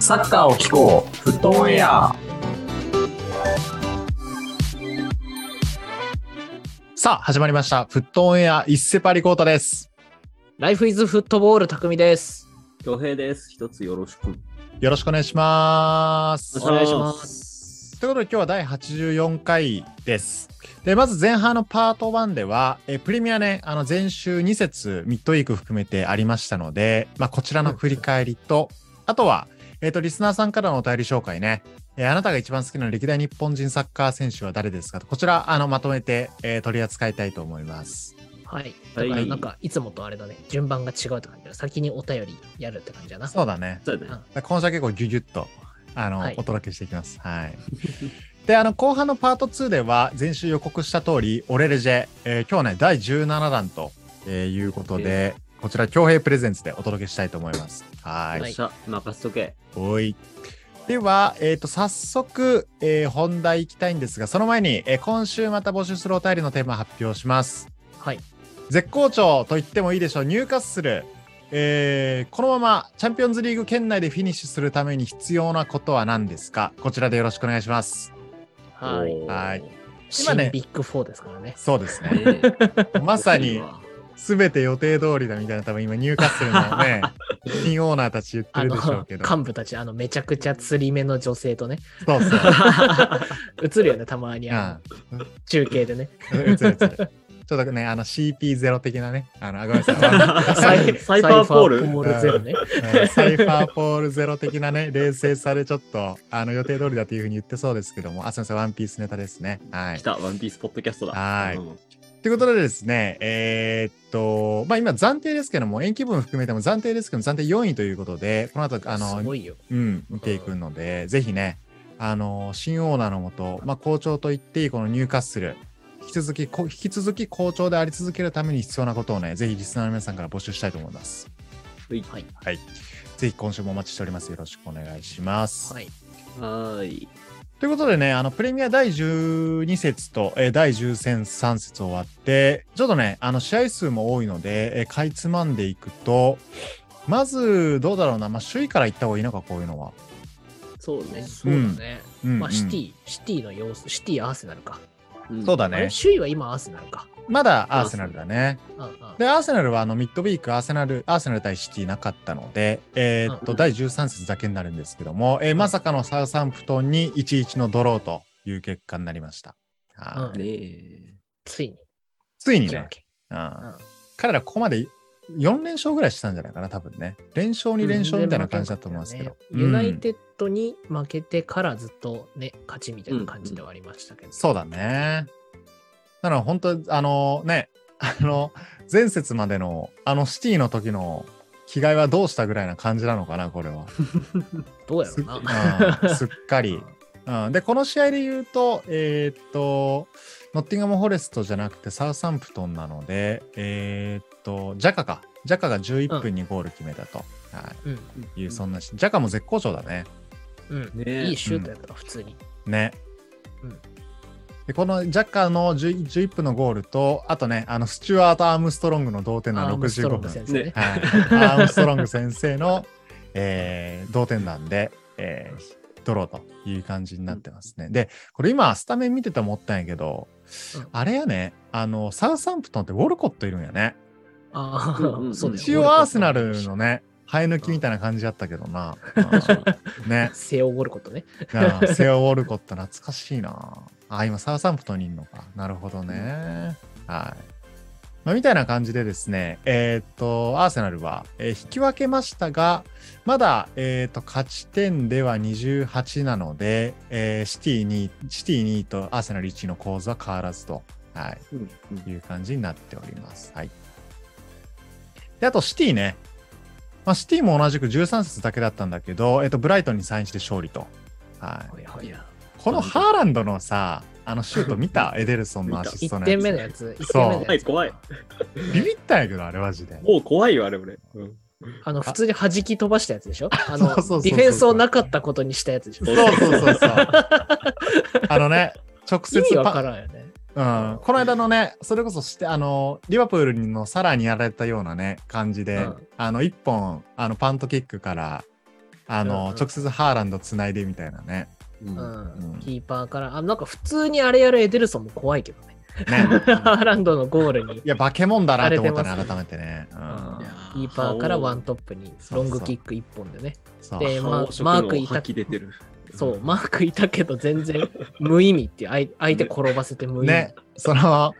サッカーを聞こう、フットオンエア。さあ、始まりました。フットオンエア、一世パリコータです。ライフイズフットボール匠です。恭平です。一つよろしく。よろしくお願いします。おとい願いします。うことで、今日は第84回です。で、まず前半のパート1では、えープレミアね、あの、前週2節、ミッドウィーク含めてありましたので、まあ、こちらの振り返りと、あとは、えっ、と、リスナーさんからのお便り紹介ね。えーあなたが一番好きな歴代日本人サッカー選手は誰ですかとこちら、あの、まとめて、えー取り扱いたいと思います。はい。はだいからなんかいつもとあれだね、順番が違うって感じだ。先にお便りやるって感じだな。そうだね。そうだね。だから今週は結構ギュギュッとあの、はいお届けしていきます。はい。 で、あの、後半のパート2では、前週予告した通り、オレレジェ、えー今日ね、第17弾と、えーいうことで、こちら、強兵プレゼンツでお届けしたいと思います。はい。よっしゃ、任せとけ。おい。では、えっ、と、早速、えー本題行きたいんですが、その前に、えー今週また募集するお便りのテーマ発表します。はい。絶好調と言ってもいいでしょう、入荷する、えーこのままチャンピオンズリーグ圏内でフィニッシュするために必要なことは何ですかこちらでよろしくお願いします。はい。はいね今新ねビッグフォーですからね。そうですね。 え。まさいいにわ全て予定通りだみたいな、多分今、入荷するの ね、新オーナーたち言ってあるの、 でしょうけど。幹部たち、あの、めちゃくちゃ釣り目の女 性とね、そうそう。映るよね、たまに。うあんの中継 でね。うつうつちょっとね、あの CP0 的なね、あの、あごめんなさいあサイサイバーポールサイバポールゼロね。の、 サイファーポール0的なね、冷静さでちょっと、あの、予定通りだというふうに言ってそうですけども、あ、すみません、ワンピースネタですね。はい来。た、ワンピースポッドキャストだ。はいうんということでですね、えーっと、まあ今暫定ですけども、延期分含めても暫定ですけども、暫定4位ということで、この後、あすの、ごいよ。うん、見ていくので、ぜひね、あの、新オーナーのもと、まあ好調と言っていいこの入荷する、引き続き、こ引き続き好調であり続けるために必要なことをね、ぜひリスナーの皆さんから募集したいと思います。はい。はい。ぜひ今週もお待ちしております。よろしくお願いします。はい。はーい。ということでね、あの、プレミア第12節と、えー第13節終わって、ちょっとね、あの、試合数も多いので、えーかいつまんでいくと、まず、どうだろうな、まあ、首位から行った方がいいのか、こういうのは。そうね。そうだね。うんうんまあ、シティ、シティの様子、シティアーセナルか。んそうだあれね。首位は今アーセナルか。まだアーセナルだね。うんうんで、アーセナルは、あの、ミッドウィーク、アーセナル、アーセナル対シティなかったので、えーっと、うん第13節だけになるんですけども、えーまさかのサウサンプトンに1-1のドローという結果になりました。はいうんねえ。ついに。ついについねに、。うんうん彼らここまで4連勝ぐらいしたんじゃないかな、多分ね。連勝に連勝みたいな感じだと思うんですけど。うんユナイテッドに負けてからずっとね、勝ちみたいな感じではありましたけど。そうだね。だから本当、あのね、あの、前節までの、あのシティの時の着替えはどうしたぐらいな感じなのかな、これは。どうやろすうな。うんすっかり。 うん、で、この試合で言うと、えーっと、ノッティンガム・フォレストじゃなくてサウサンプトンなので、えーっと、ジャカか。ジャカが11分にゴール決めたと。はい。うんいう、そんなし、ジャカも絶好調だね。うんねえいいシュートやった、普通に。ね。うんで、このジャカの10 11分のゴールと、あとね、あの、スチュワート・アームストロングの同点ア弾ームスト65ロング分。先生ねね。はい。アームストロング先生の、えー同点弾で、えードローという感じになってますね。で、これ今、スタメン見てて思ったんやけど、うんあれやね、あの、サウサンプトンってウォルコットいるんやね。あうんうんあ、そうだよ一応アーセナルの。ね、生え抜きみたいな感じやったけどな。うん ね。背負うることね。なあセオ・ウォルコット懐かしいなあ今サウサンプトンにいるのかなるほどね、はい、まあ、みたいな感じでですねえーっとアーセナルは、えー引き分けましたがまだ、えーっと勝ち点では28なので、えーシティにシティ2位とアーセナル1位の構図は変わらずと、はい、うんうんいう感じになっております。はい。で、あとシティね。まあ、シティも同じく13節だけだったんだけど、えっと、ブライトンに3 1で勝利と。はい。はいはいい。や。このハーランドのさ、あのシュート見 たエデルソンのアシスト1の点や目のつ。やつ、1そう点目の怖やい、つ。怖い。ビビったんやけど、あれマジで。もう怖いよ、あれ、俺。うんあの、普通に弾き飛ばしたやつでしょあの、そうそうそうそうディフェンスをなかったことにしたやつでしょそうそうそうそう。 あのね、直意接味わパからんよね。うん、この間のね、それこそして、あの、リバプールのサラにやられたようなね、感じで、うんあの、一本、あの、パントキックから、あの、うん直接ハーランド繋いでみたいなね。うんううんん、キーパーから、あ、なんか普通にあれやるエデルソンも怖い けどね。 ね。ハーランドのゴールに、いや、化け物だなって思ったさね、れて改めてね。うんいやキーパーからワントップに、ロングキック1本でね。そうで顔ま色マのークいた吐き出てる。そう、マークいたけど全然無意味っていう、相相手転ばせて無意味。ね、その、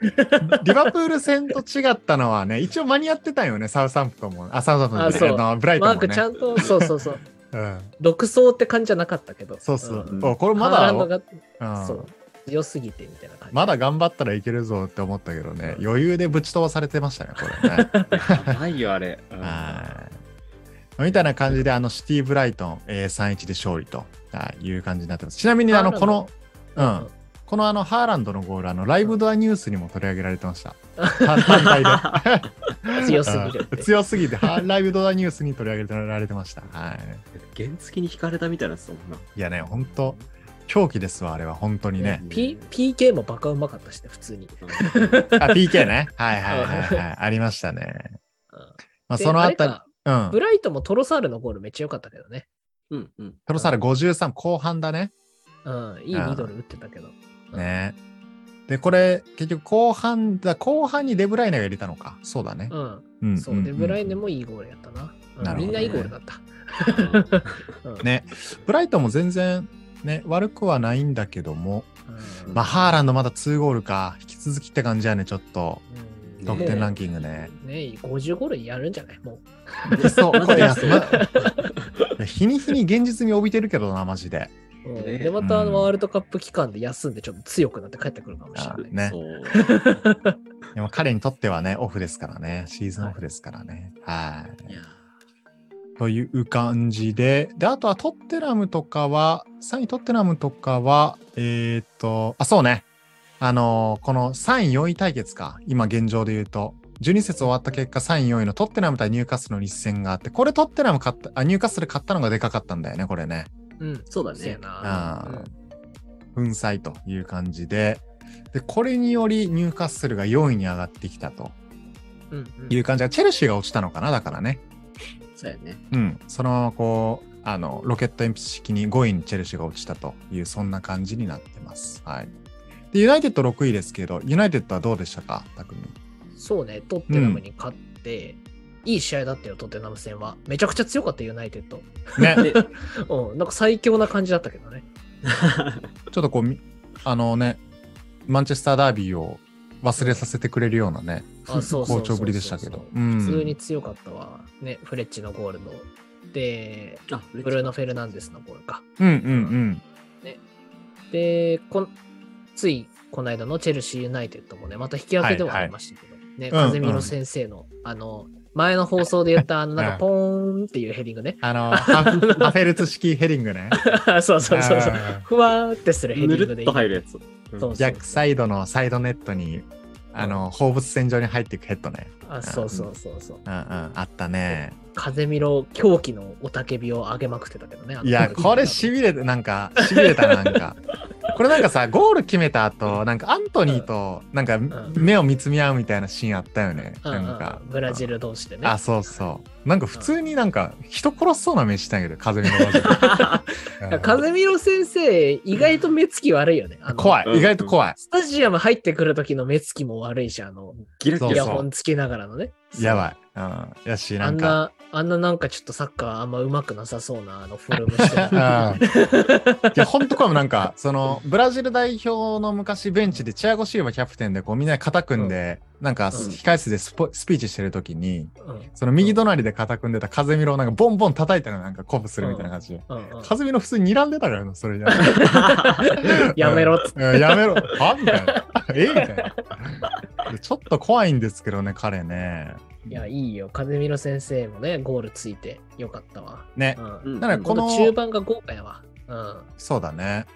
リバプール戦と違ったのはね、一応間に合ってたんよね、サウサンプトンも。あ、サウサンプトンじゃないあそうあのブライトンマも、ね。ークちゃんと、そうそうそう、うん、独走って感じじゃなかったけど。そうそう。うんおこれままだだ、が、うんそう、強すぎてみたいな感じ。まだ頑張ったらいけるぞって思ったけどね、余裕でぶち飛ばされてましたね、これ ね。やばいよ、あれ。うんはい。みたいな感じで、あの、シティ・ブライトン、えー3-1で勝利とはいいう感じになってます。ちなみに、あの、ハーこランドの、うん。このあの、ハーランドのゴール、あの、ライブドアニュースにも取り上げられてま した。単体で。強すぎるってうん強すぎて、ハーライブドアニュースに取り上げられてました。はい。原付に引かれたみたいなやつだもんな。いやね、本当狂気ですわ、あれは、本当にね。 P、PK もバカうまかったしね、普通に。あ、PK ね。はいはいはいはい。ありましたね。まあ、でそのあれたり、かうんブ。ライトンもトロサールのゴールめっちゃ良かったけどね。うんうん。 トロサール53後半だね。うん、いいミドル打ってたけど。うんね。で、これ、結局後半だ、後半にデブライネが入れたのか。そうだね。うん、うんそう、デブライネ。もいいゴールやったな。うんなるほどねみんないいゴールだった。うんんね。ブライトンも全然、ね、悪くはないんだけども、うんまあ、ハーランドまだ2ゴールか。引き続きって感じやね、ちょっと。うん得点ランキングね。ね50ゴールやるんじゃないもそう、これ、いやまだまいや日に日に現実味を帯びてるけどな、マジで。う。うんねで、またあうのんワールドカップ期間で休んでちょっと強くなって帰ってくるかもしれない。ねそうでも彼にとってはね、オフですからね。シーズンオフですからね。はいい。やという感じで、で、あとはトッテナムとかは、3位トッテナムとかは、えーっと、あ、そうね。あのーこの3位、4位対決か。今現状で言うと。12節終わった結果、3位、4位のトッテナム対ニューカッスルの一戦があって、これトッテナム勝った、あ、ニューカッスル勝ったのがでかかったんだよね、これね。うん。そうだそうやね。な。あー粉砕という感じで。で、これによりニューカッスルが4位に上がってきたとうん。うんいう感じが、チェルシーが落ちたのかな、だからね。そうやね。、うん、そのままこうあのロケット鉛筆式に5位にチェルシーが落ちたというそんな感じになってます。はい、でユナイテッド6位ですけどユナイテッドはどうでしたか匠そうね、トッテナムに勝って、いい試合だったよ、トッテナム戦は。めちゃくちゃ強かったよ、ユナイテッド。ねうん、なんか最強な感じだったけどね。ちょっとこうみあのねマンチェスターダービーを忘れさせてくれるようなね あそうそうそうそう好調ぶりでしたけど、うん普通に強かったわ。ね、フレッチのゴールド。で、あ、ブブルーノ・フェルナンデスのゴールか。うんうんで、こんついこの間のチェルシー・ユナイテッドもね、また引き分けでははいあはいりましたけど、ね、うんうん風見の先生の、あの、前の放送で言った、あの、なんか、ポーンっていうヘディングね。 あのハフハフェルツ式ヘディングねそうそうそうそう。あふわーってするヘデぬィングるでっいいと。入るやつ。そうそうー逆サイドのサイドネットにあの放物線上に入っていくヘッドね、あそうそうそうそう。うんうん、あったね風見ろ狂気の雄たけびを上げまくってたけどね。あのいや、時これしびれて、なんか、しびれたな、なん か。これなんかさ、ゴール決めた後、なんかアントニーと、なんかん目を見つめ合うみたいなシーンあったよね。うんうんなんか。ブラジル同士でね。あ、そうそう。なんか普通になんか、人殺しそうな目したんやけど、風見の マジでうん風見ろ先生、意外と目つき悪いよね。あの怖うんい。意外と怖い。スタジアム入ってくる時の目つきも悪いし、あの、ギラそうギイヤラ。ホンつけながらのね。やばい。うん。やし、あなんんか。な、あんななんかちょっとサッカーあんま上手くなさそうな、あのフォルムしてうんいる。や本当これなんかそのブラジル代表の昔ベンチでチアゴ・シルバキャプテンでこうみんなで肩組んで、なんか控室でスポスピーチしてる時に、うんその右隣で肩組んでた風見ろをなんかボンボン叩いたらなんか鼓舞するみたいな感じで。うんうん風見ろ普通に睨んでたからな、それじゃ。 やめろっつっうんやめろ。はみたいな。 えみたいな。ちょっと怖いんですけどね、彼ね。いや、いいよ。風見ろ先生もね、ゴールついてよかったわ。ねう。ん。うんだからここのの中盤が豪華やわ。うん。そうだね。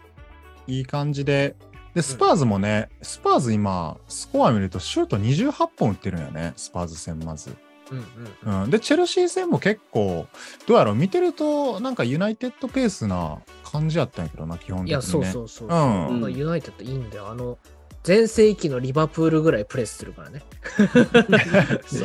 いい感じで。で、スパーズもね、スパーズ今、スコア見るとシュート28本打ってるんやね、スパーズ戦まず。うんうんうん。うん、で、チェルシー戦も結構、どうやろう、見てると、なんかユナイテッドペースな感じやったんやけどな、基本的に、ね。いや、そうそうそう。うんまあユナイテッドいいんだよ。あの、全盛期のリバプールぐらいプレスするからね。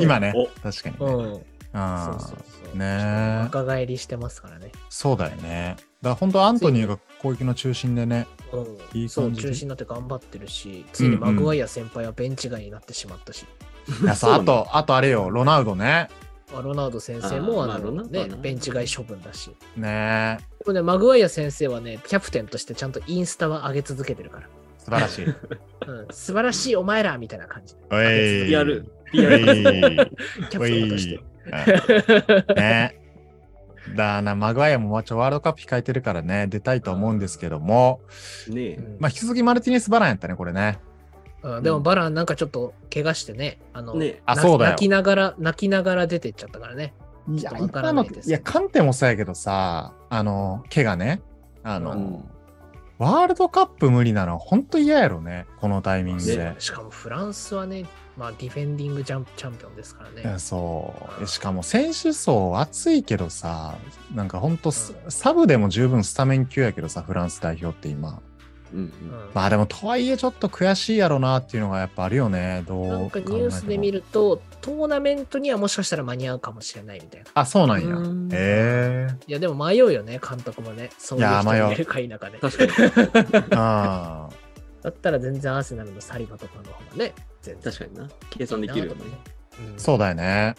今ねお、確かにね、うん。うあーそうそうそう。ねー若返りしてますからね。そうだよね。だから本当アントニーが攻撃の中心でね。いいう感じん、そう、中心になって頑張ってるし、ついにマグワイア先輩はベンチ外になってしまったし、いやさあと、あとあれよ、ロナウドね。まあロナウド先生もあーあの、まあロナウドはねな、ベンチ外処分だし。ねでもね、マグワイア先生はね、キャプテンとしてちゃんとインスタは上げ続けてるから。素晴 らしい。うん、素晴らしいお前らみたいな感じ。おいリアル。、おリアル。いキャプテンとして。ね。だな、マグワイアもちょワールドカップ控えてるからね、出たいと思うんですけども、ねえ。まあ、引き続きマルティネス・バランやったね、これね。うんうんでもバランなんかちょっと怪我してね、あの、ねえあなそうだよ泣きながら、泣きながら出てっちゃったからね。いちや、ょっとわから今の、ないいですや、カンテもそうやけどさ、あの、怪我ね、あの、うんワールドカップ無理なの、本当嫌やろね、このタイミングでね。しかもフランスはね、まあディフェンディングジャンチャンピオンですからね。いやそう。しかも選手層厚いけどさ、なんかほんとスサブでも十分スタメン級やけどさ、フランス代表って今。うんううんんまあでもとはいえちょっと悔しいやろなっていうのがやっぱあるよね。どう考えてもなんかニュースで見ると、トーナメントにはもしかしたら間に合うかもしれないみたいな。あ、そうなんやう。んへえいや、でも迷うよね、監督もね。そういういや人迷うがいるか否かね。確かに。ー。あー だったら全然アーセナルのサリバとかの方がね、全然。確かにな。計算できるよね。うんそうだよね。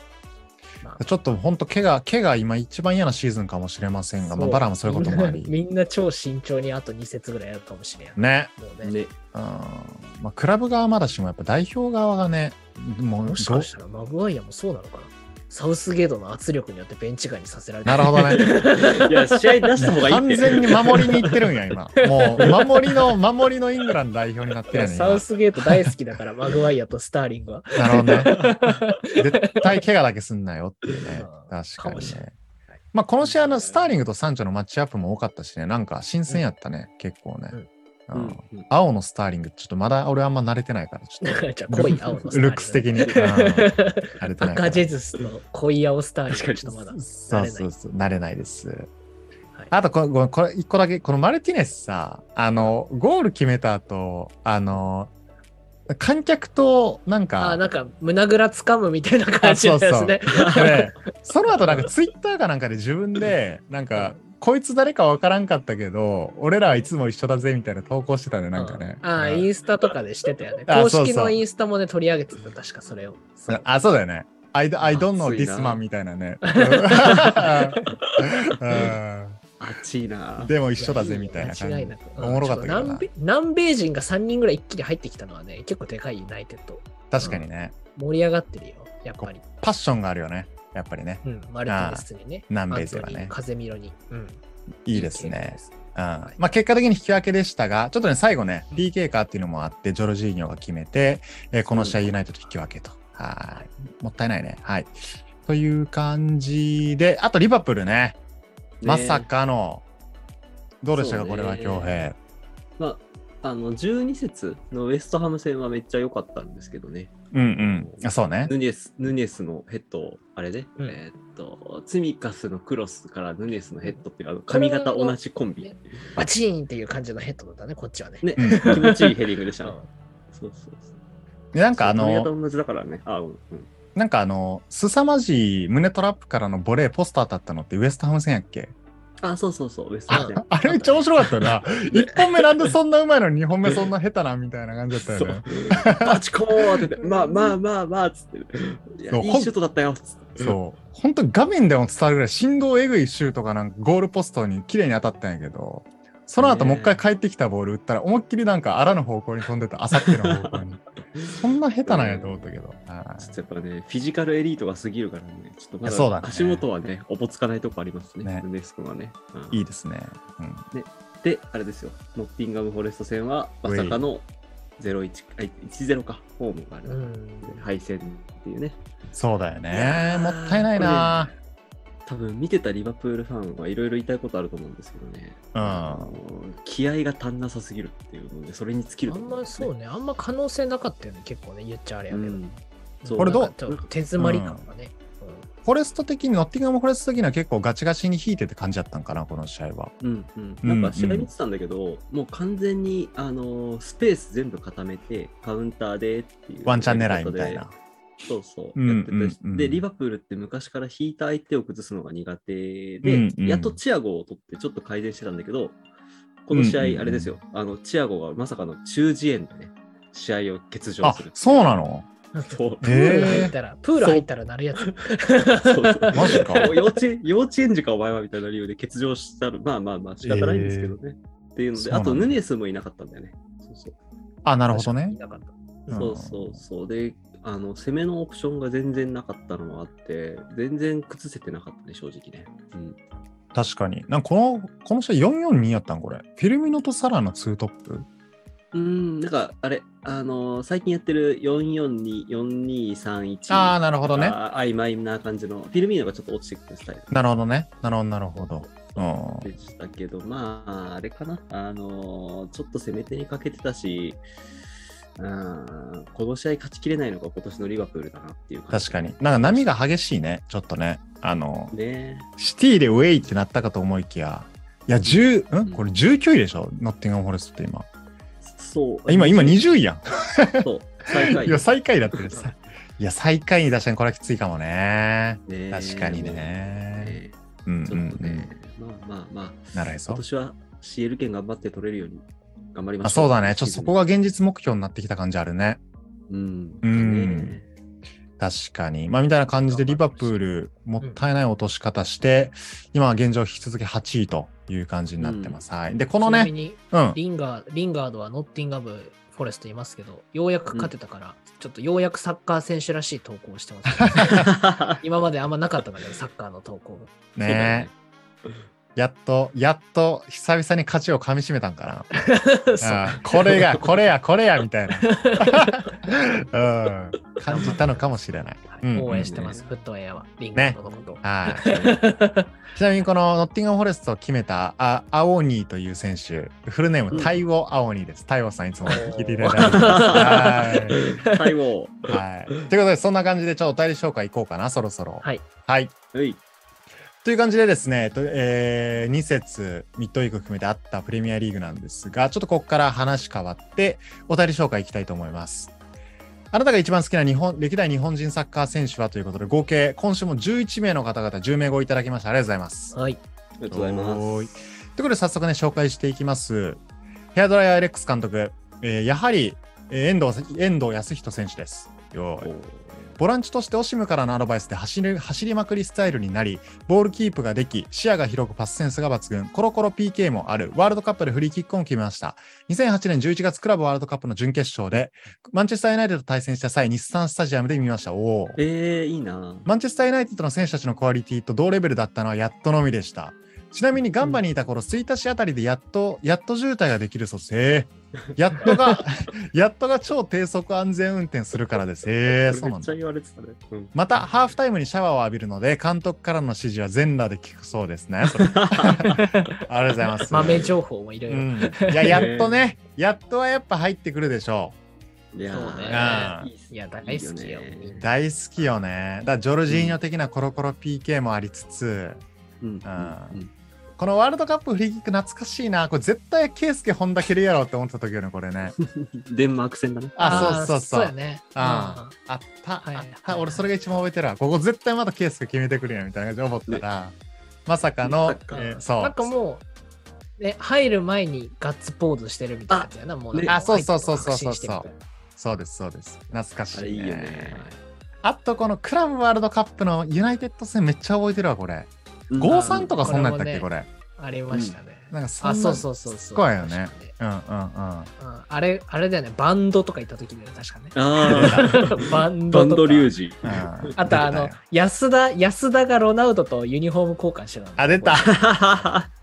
まちょっとほんと怪我、怪我今一番嫌なシーズンかもしれませんが、まあそうバランもそういうこともあり。 みんな超慎重にあと2節ぐらいやるかもしれん。ね。もうねね。うん。まあクラブ側まだしもやっぱ代表側がね、もうもしかしたらマグワイアもそうなのかなサウスゲートの圧力によってベンチ外にさせられた。なるほどね。いや、試合出した方がいいって。完全に守りに行ってるんや、今。もう、守りの、守りのイングランド代表になって いるややん、サウスゲート大好きだ から、マグワイアとスターリングは。今。なるほど ね。絶対怪我だけすんなよっていうねうん。確かかもにしれね。まあ、この試合のスターリングとサンチョのマッチアップも多かったしね、なんか新鮮やったね、結構ね。ううんん青のスターリング、ちょっとまだ俺あんま慣れてないから、ちょっ じゃあ、濃い青のスターと、リンルグ。ックス的に。うん慣れてないか赤 らジ。ェズスの濃い青スターリングはちょっとまだ。そうそうそう、慣れないです。はいあとこ、ごめんこれ、一個だけ、このマルティネスさ、あの、ゴール決めた後、あの、観客と、なんあか、ーなんか胸ぐらつかむみたいな感じのやつね。これ その後、なんか、ツイッターかなんかで自分で、なんか、こいつ誰かわからんかったけど、俺らはいつも一緒だぜ、みたいな投稿してたね、なんかね。あーインスタとかでしてたよね。あ公そう式そうのインスタもね、取り上げてた、確かそれを。そうあ、そうだよね。I, do- I don't know 熱いな this man みたいなね。 熱いなうん。でも一緒だぜ、みたいな感間違じいな。く。おもろかったけどな南米南米人が3人ぐらい一気に入ってきたのはね、結構でかいユナイテッド。確かにね。盛り上がってるよ、やっぱり。パッションがあるよね。やっぱりね。うん、マルティネスにね。南米勢はアントニねー。風見色に。うん、いいですね。うんはいまあ、結果的に引き分けでしたが、ちょっとね、最後ね、PK かっていうのもあって、ジョルジーニョが決めて、えーこの試合ユナイトと引き分けと。はい。もったいないね。はい。という感じで、あとリバプールね、まさ。かの、どうでしたか、そうねこれは、恭平。まあ、あの、12節のウエストハム戦はめっちゃ良かったんですけどね。うんうん。あそうね。ヌニェス、ヌニェスのヘッド、あれね、うんえーっと、ツミカスのクロスからヌニェスのヘッドっていう、あの髪型同じコンビ。バチーンっていう感じのヘッドだったね、こっちはね。ね、うん気持ちいいヘディングでしたうね。んそうそうそう。なんかあ髪型の、同じだからね。あ、うん。うんなんかあの、凄まじい胸トラップからのボレーポスターだったのってウエストハム戦やっけあ、そうそうそう、ウエストハムあ戦。あれめっちゃ面白かった よな。1本目なんでそんなうまいのに2本目そんな下手なみたいな感じだったそよねう。。バチコーンって言って、まあまあまあまあ、つって。いや、そういほいんシュートだったよ、つって。そう。本当画面でも伝わるぐらい振動えぐいシュートがなんかゴールポストに綺麗に当たったんやけど、その後もう一回帰ってきたボール打ったら思いっきりなんか荒の方向に飛んでた、あさっての方向 に。そんな下手なんやと思ったけど。はいちょっとやっぱね、フィジカルエリートが過ぎるからね、ちょっとまいやそうだだね足元はね、おぼつかないとこありますねね、ヌネス君はね。うんいいですね。うんで、あれですよ、ノッティンガム・フォレスト戦は、まさかの0-1あ1-0か、ホームがあれうだ、ん。敗戦っていうね。そうだよいねや。ーもったいないな。多分見てたリバプールファンはいろいろ言いたいことあると思うんですけどね、うんあの気合が足んなさすぎるっていうので、それに尽きるあとん思うまんですねそうね、あんま可能性なかったよね、結構ね、言っちゃあれやけど。うんそうこれどうなんかちょっと手詰まり感がね。フォレスト的に、ノッティンガムフォレスト的には結構ガチガチに引いてって感じだったんかな、この試合は。うんうんうんなんか試合見てたんだけど、もう完全に、あのースペース全部固めて、カウンターでっていう。ワンチャン狙いみたいな。。そうそうう、やんってたしうんうんで、リバプールって昔から引いた相手を崩すのが苦手うでんう、んやっとチアゴを取ってちょっと改善してたんだけど、この試合うんうんうん、あれですよ、あの、チアゴがまさかの中耳炎でね、試合を欠場あする、。そうなのそうプール入へっえたら、プール入ったらなるやつ。そうそうマジかもう 幼稚園幼稚園児かお前はみたいな理由で欠場したら、まあまあまあ仕方ないんですけどね。っていうのそうで、なんあだとヌネスもいなかったんだよね。そうそうあ、なるほどね。なかったうんそうそうそう。で、あの攻めのオプションが全然なかったのもあって、全然崩せてなかったね、正直ね。うん、確かに。なんかこの、この試合442やったんこれ。フィルミノとサラのツートップうんなんか、あれ、あのー最近やってる442、4231。ああ、なるほどね。あ曖昧な感じの、フィルミーノがちょっと落ちてくるスタイル。なるほどね。なるほど、なるほど。うんでしたけど、まあ、あれかな、あのーちょっと攻め手に欠けてたし、うん、この試合勝ちきれないのが今年のリバプールだなっていう感じ確かに。なんか波が激しいね。ちょっとね。あの、ねシティでウェイってなったかと思いきや、いや、10、んこれ19位でしょノッティンガンフォレストって今。そう。今、今20位やん。そう、最下位 いや、最下位だってる。さいや、最下位に出したらこれはきついかもね。ね確かにもうね。ねうんちうょっんとうんね。、まあまあまあ、なるへそ今。年は CL 権頑張って取れるように頑張りましょう。あそうだね。ちょっとそこが。が現実目標になってきた感じあるね。うん。うん ね確かに。まあ、みたいな感じでリバプール、もったいない落とし方して、今は現状引き続き8位という感じになってます。はい。で、このちなみね、にうん。リンガー、リンガードはノッティンガム・フォレストいますけど、ようやく勝てたから、ちょっとようやくサッカー選手らしい投稿をしてます、 今まであんまなかったんだけど、サッカーの投稿そが。うだよ ねやっと、やっと、久々に勝ちをかみしめたんかな。 そうあーこれ が、これや、これや、みたいな。うん。感じたのかもしれない。うんうん応援してます、フットウェアは、リンガードのことを。はい。ちなみにこのノッティンガンフォレストを決めたあアオニーという選手、フルネーム、タイオ・アオニーです。タイオさんいつも聞いていただいてます。はい。 最後。はい。ということで、そんな感じで、ちょっとお便り紹介いこうかな、そろそろ。はい。はい。はい。という感じでですね、えっとえ2節、ミッドウィーク含めてあったプレミアリーグなんですが、ちょっとここから話変わって、お便り紹介いきたいと思います。あなたが一番好きな日本、歴代日本人サッカー選手はということで、合計、今週も11名の方々、10名ごいただきました。ありがとうございます。はい。ありがとうございまおーいす。ということで早速ね紹介していきますヘアドライヤー X 監督、えーやはり、えー遠藤遠藤康仁選手ですよーいおーボランチとしてオシムからのアドバイスで走り走りまくりスタイルになりボールキープができ視野が広くパスセンスが抜群コロコロ PK もあるワールドカップでフリーキックも決めました2008年11月クラブワールドカップの準決勝でマンチェスター・ユナイテッドと対戦した際日産スタジアムで見ましたおーえー、いいな。マンチェスター・ユナイテッドの選手たちのクオリティと同レベルだったのはやっとのみでした。ちなみにガンバにいた頃、1日あたりでやっと、やっと渋滞ができるそうです。えーやっとが、 やっとが超低速安全運転するからです。えーそそうれなめっんちだゃ。言われてたね。うんまた、ハーフタイムにシャワーを浴びるので、監督からの指示は全裸で聞くそうです ね。それありがとうございます。豆情報もいろいうろ。ん、いや、やっとね、やっとはやっぱ入ってくるでしょう。いやそうねーいいっすいや、大好きよいい。ねみんな大好きよね。だからジョルジーニョ的なコロコロ PK もありつつ、うんあーうんこのワールドカップフリーキック懐かしいな。これ絶対ケイスケ本田蹴るやろうって思った時よね、これね。うんデンマーク戦だね。あ、ーそうそうそう。やね。ああった、はいあっはた。い俺それが一番覚えてるわ。ここ絶対またケイスケ決めてくるやんみたいな感じで思ったら、まさかのまさ、うかんえーなんかそう。もう、ね、入る前にガッツポーズしてるみたいなやつやな、もうなんかねあそうそうそうそう入ってから確信してみたいなそうです、そうです。懐かしい、あれいいよね。あとこのクラブワールドカップのユナイテッド戦めっちゃ覚えてるわ、これ。うん。53とかそんなんやったっけ、ここれ。ありましたね。なんかそんあ、なそうそうそうそう。すごいよね確かに。うんうんうん。うんあれ、あれだよね、バンドとか行った時だよね、確か ねあバンードバとか。ンドリュウジ。 うん あと、あの、安田、安田がロナウドとユニフォーム交換してたのあ、出た。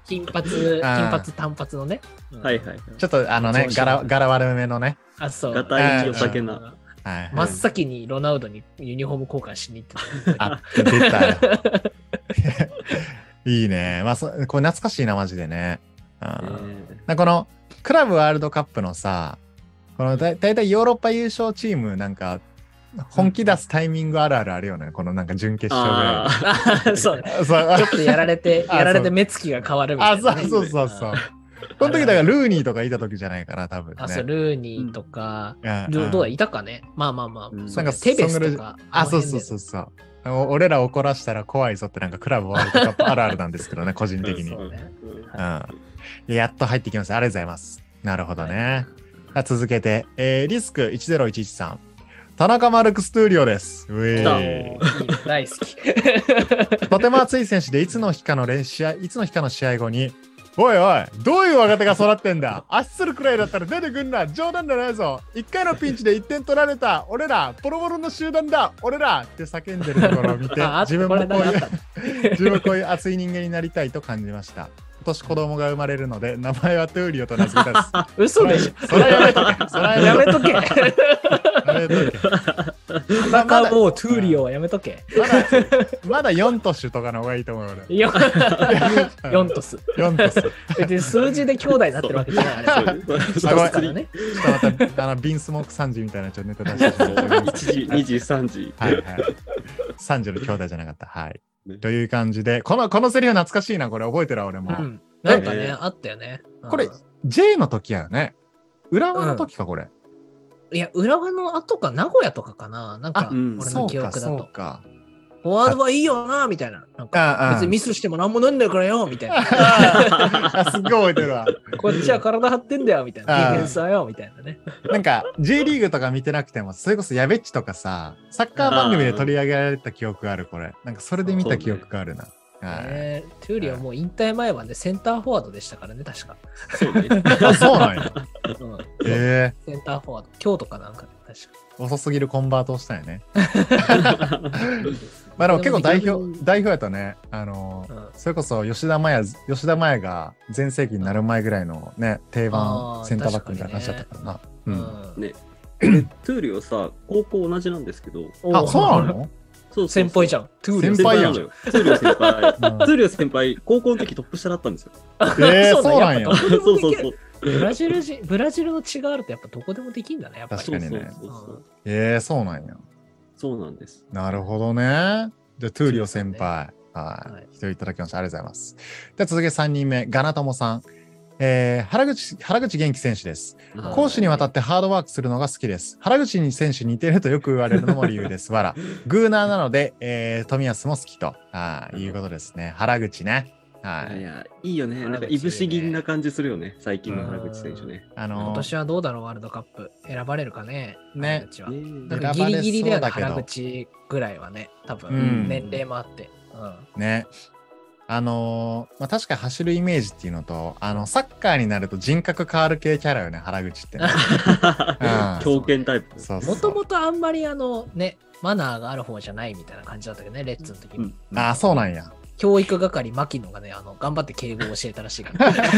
金髪、金髪短髪のね。うんはいはい。ちょっとあのね調、子柄柄悪めのね。あ、そう。ガタイチお酒なうんはいはい真っ先にロナウドにユニフォーム交換しに行ってあ、出たよ。いいね。まあ、そこれ懐かしいな、マジでね。うんねなんかこの、クラブワールドカップのさ、このだだいたいヨーロッパ優勝チーム、なんか、本気出すタイミングあるあるあるよね。このなんか準決勝ぐらあー た。あそうね。 いの。そうちょっとやられて、 あやられそてう目つきが変わるみたあ、いなね、そうそうそうそう。この時だからルーニーとかいた時じゃないかな、多分、ね。あ、そう、ルーニーとか、うんルうんどうだ、いたかねまあまあまあ、うんそうなねんかテベスとか。あ、そうそうそうそう。あの俺ら怒らしたら怖いぞってなんかクラブワールドカップあるあるなんですけどね、個人的に。そううんんねやっと入ってきました。ありがとうございます。なるほどね。さあ続けて、えーリスク1011さん。田中マルクス闘莉王です。うえ来たーもういいよ大好き。とても熱い選手でいつの日かの練習試合、いつの日かの試合後に、おいおい、どういう若手が育ってんだ圧するくらいだったら出てくんな冗談じゃないぞ一回のピンチで1点取られた俺らボロボロの集団だ俺らって叫んでるところを見て、ああ自分もこうこれいなうんかあ っ自分はこういう熱い人間になりたいと感じました。今年子供が生まれるので、名前はトゥーリオと名付けたです。嘘でしょ。それはやめとけ。それはややめめととけ。け。やめとけ。田中もうトゥーリオはやめとけ。まだ、まだ4都市とかの方がいいと思う俺。よ4 4とす。都市。別に数字で兄弟になってるわけじゃない。あれそあうご一めつんからね。ちょっとまた、あの、ビンスモーク3時みたいなちょっとネタ出してしまってごめんな1さい時、2時、3時。はいはい。3時の兄弟じゃなかった。はいね。という感じで、この、このセリフ懐かしいな、これ覚えてるわ俺うも。ん。なんかえね、ーあったよね。うんこれ J の時やよね。浦和の時か、これ。いや、浦和の後か名古屋とかかな。なんあか、うん俺そのう記か、憶だそとう。か。フォワードはいいよな、みたいな。なんかあ別にミスしてもなんもなんだからよ、みた いな。あ、すっごい覚えてるわ。こっちは体張ってんだよ、みたいな。あーディフェンスはよ、みたいなね。なんか、J リーグとか見てなくても、それこそやべっちとかさ、サッカー番組で取り上げられた記憶がある、これ。なんか、それで見た記憶があるな。はい。ねトゥーリはもう引退前はね、センターフォワードでしたからね、確か。そうね。あ、そうなんや。うんえセンターフォワード。京都かなんかで、確か。え遅すぎるコンバートをしたよね。まあでも結構代表、代表やったね。あのー、うんそれこそ吉田麻也、吉田麻也が全盛期になる前ぐらいのね、定あ番ーセンターバックみたいな感じだったからな。う。うんんね俺 トゥーリオさ、高校同じなんですけど、おーあ、そうなのそうそうそう先輩じゃん。トゥーリ先輩やんのよ。トゥーリオ先輩。うトゥんーリオ先輩、高校の時トップ下だったんですよ。 ええそうなんややっぱどそうこそうでそもでう。きるブラジル人、ブラジルの血があるとやっぱどこでもできんだね、やっぱり。確かにねそうそうそうええそうなんや。そうなんです。なるほどね。じゃあ、トゥーリオ先輩。はい。はい一人いただきました。ありがとうございます。では続けて3人目、ガナトモさん。えー、原口、原口元気選手です。はい攻守にわたってハードワークするのが好きです。原口に選手に似てるとよく言われるのも理由です。わら。グーナーなので、えー、富安も好きとあーいうことですね。原口ね。はいやいい。や、いいよね。なんか、原口いぶし銀な感じするよね。最近の原口選手ね。あ今のー年はどうだろう、ワールドカップ。選ばれるかね。ね原口は。ね なえんかギリギリだ選ばれそうよね、だけど原口ぐらいはね、多分、うん年齢もあって。うんね。あのーまあ、確かに走るイメージっていうのと、あの、サッカーになると人格変わる系キャラよね、原口ってね、うん強肩タイプ。そうそうもともとあんまりあのね、マナーがある方じゃないみたいな感じだったけどね、レッツの時うも。んああ、そうなんや。教育係、牧野がね、あの、頑張って敬語を教えたらしいか ら。言っ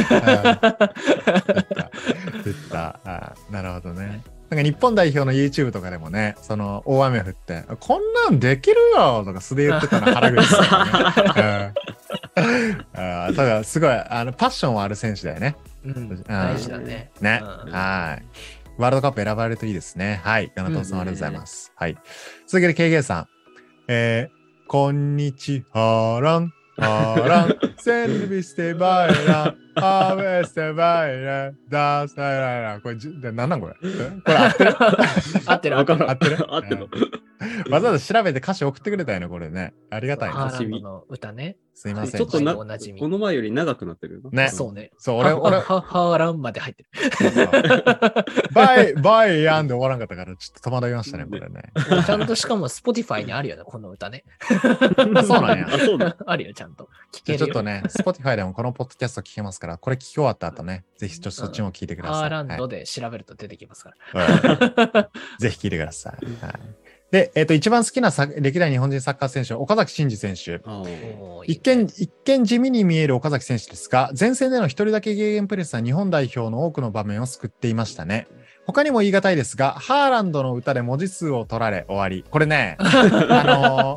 た。あーなるほどね。なんか日本代表の YouTube とかでもね、その大雨降って、こんなんできるよとか素で言ってたの原口さんがね。うんあーただすごいあのパッションはある選手だよね。うん、大事だね。ね。うんはい。ワールドカップ選ばれるといいですね。はい。ガナトンさん、うあんりがとうございます。はい。続けて KK さん。えー、こんにちはらん。はらん。センビしてバイラン。ハーベステバイラン。ダーサイライラン。これ、じでなんなんこれえこれ合ってる合ってるわからん合ってる 合ってる。わざわざ調べて歌詞送ってくれたよね、これね。ありがたいハね。ーランドの歌ね。すいません。ちょっとな、おこなじみの前より長くなってるよねそうね。そう、俺、は俺、はハーランまで入ってる。バイ、バイやんで終わらんかったから、ちょっと戸惑いましたね、これね。ちゃんとしかも Spotify にあるよね、こ の歌ね。あそうなんやあ、そうなんあるよ、ちゃんと。じゃ聞あけるちよ。ょっとね、Spotify でもこのポッドキャスト聞けますから、これ聞き終わった後ね、ぜひちょっとそっちも聞いてくだハさーい。ランはいドで調べると出てきますかはい ぜひ聞いてください。はい、で、えっ、と、一番好きなさ歴代日本人サッカー選手は岡崎慎司選あ手。ら。ーおーいいね一見、一見地味に見える岡崎選手ですが、前線での一人だけゲーゲンプレスは日本代表の多くの場面を救っていましたね。他にも言い難いですが、ハーランドの歌で文字数を取られ終わり。これ ね、あのー、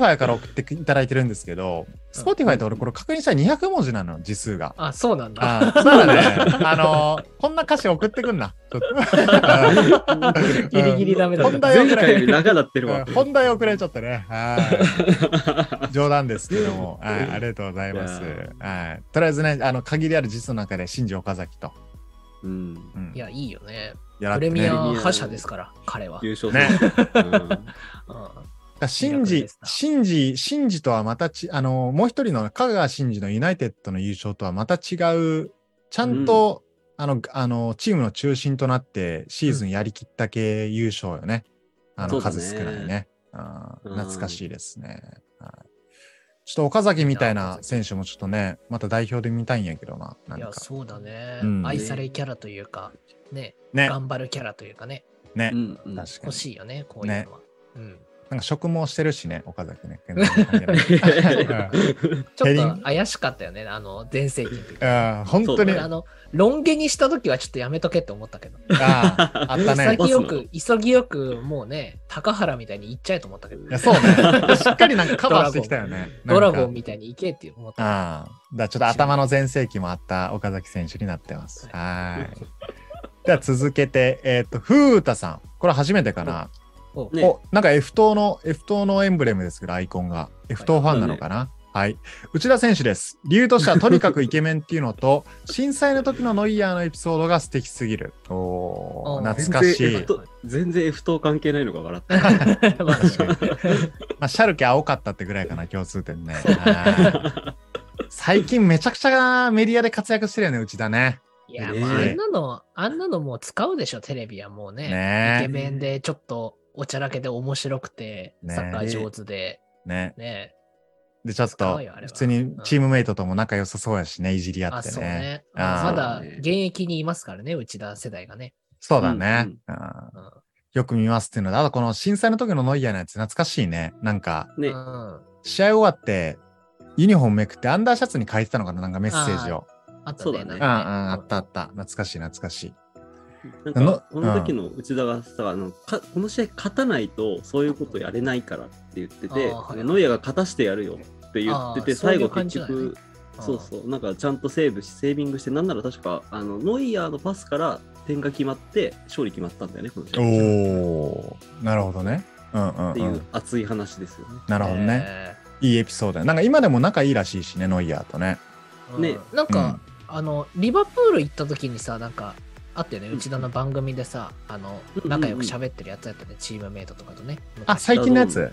Spotify から送っていただいてるんですけど、うん Spotify って俺これ確認したら200文字なの、字数が。あ、そうなんだ。あーそうだね。あのー、こんな歌詞送ってくん な。ちょっとギ リギリダメだ本題前遅回よれり。長なってるうんわ。 本題遅れちゃったね。はい。冗談ですけど も、はい、ありがとうございますいや。はい。とりあえずね、あの、限りある実の中で、新庄岡崎と。うん、うんいや、いいよね。やらプってレミアね。覇者ですから、彼は。優勝ねね。う新ミラクル次です、な。新次、新次とはまたち、あの、もう一人の香川新次のユナイテッドの優勝とはまた違う、ちゃんと、あの、あの、チームの中心となって、シーズンやりきった系優勝よね。あその、うだね数少ないね。あーうん懐かしいですね。はいちょっと岡崎みたいな選手もちょっとね、また代表で見たいんやけどな。なんんいや、か。そうだねうん。愛されキャラというか、ね、ね。頑張るキャラというかね、ねう。んうん確か欲に。しいよね、こういうのは。うんなんか職毛してるしね、岡崎 ね。ちヘリょンっと怪しかったよね、あの、全盛期の時。うん、本当に。そうだあの、ロン毛にした時はちょっとやめとけって思ったけど。あーあったね。潔よく、急ぎよく、もうね、高原みたいに行っちゃえと思ったけどい、や、そうね。しっかりなんかカバーしてきたよね。ドラゴンみみたいに行けって思った。ああ。だからちょっと頭の全盛期もあった岡崎選手になってます。 はい。では続けて、えっ、と、ふうたさん。これ初めてかな。おねお、なんか F 党の、F 党のエンブレムですけど、アイコンが。F 党ファンなのかな、はい。内田選手です。理由としてはとにかくイケメンっていうの と、震災の時のノイヤーのエピソードが素敵すぎる。おおあー懐か全し然い F と全然 F 党関係ないのが笑った。 まあ確かに。まあ、シャルケ青かったってぐらい かな、共通点ね。はい最近めちゃくちゃメディアで活躍してるよね、うちだね。いや、ねまああんなの、あんなのもう使うでしょ、テレビはもうね。イねケメンで、ちょっとおちゃらけで面白くて、ねサッカー上手で、ね。ね。で、ちょっ使とうよあれ、は普通にチームメイトとも仲良さそうやしね、いじり合あ、ってそうね。ね。あまーだ現役にいますからね、内田世代がね。そうだね、うんうんよく見ますっていうので、あとこの震災の時のノイヤーのやつ懐かしいね。なんか、ねう、ん試合終わって、ユニフォームめくってアンダーシャツに書いてたのかななんかメッセージを。あったそうね。だねなんうんうん、かねあったあった。懐かしい懐かしい。なんあのかこの時の内田がさ、あのかこの試合勝たないとそういうことやれないからって言ってて、あーはいノイアーが勝たしてやるよって言ってて、あーそう最い後う感結じなんやね局、うんそうそう、なんかちゃんとセーブし、セービングして、なんなら確かあのノイアーのパスから点が決まって、勝利決まったんだよね、この試合。おー、なるほどね。うんうん、うん。っていう熱い話ですよね。なるほどね。えいいエピソードやなんか今でも仲いいらしいしね、ノイヤーとね。ーうんねなんか、あの、リバプール行った時にさ、なんか、あったよね、内田の番組でさ、あのうん、うん仲良く喋ってるやつやったね、チームメイトとかとね。あ、最近のやつ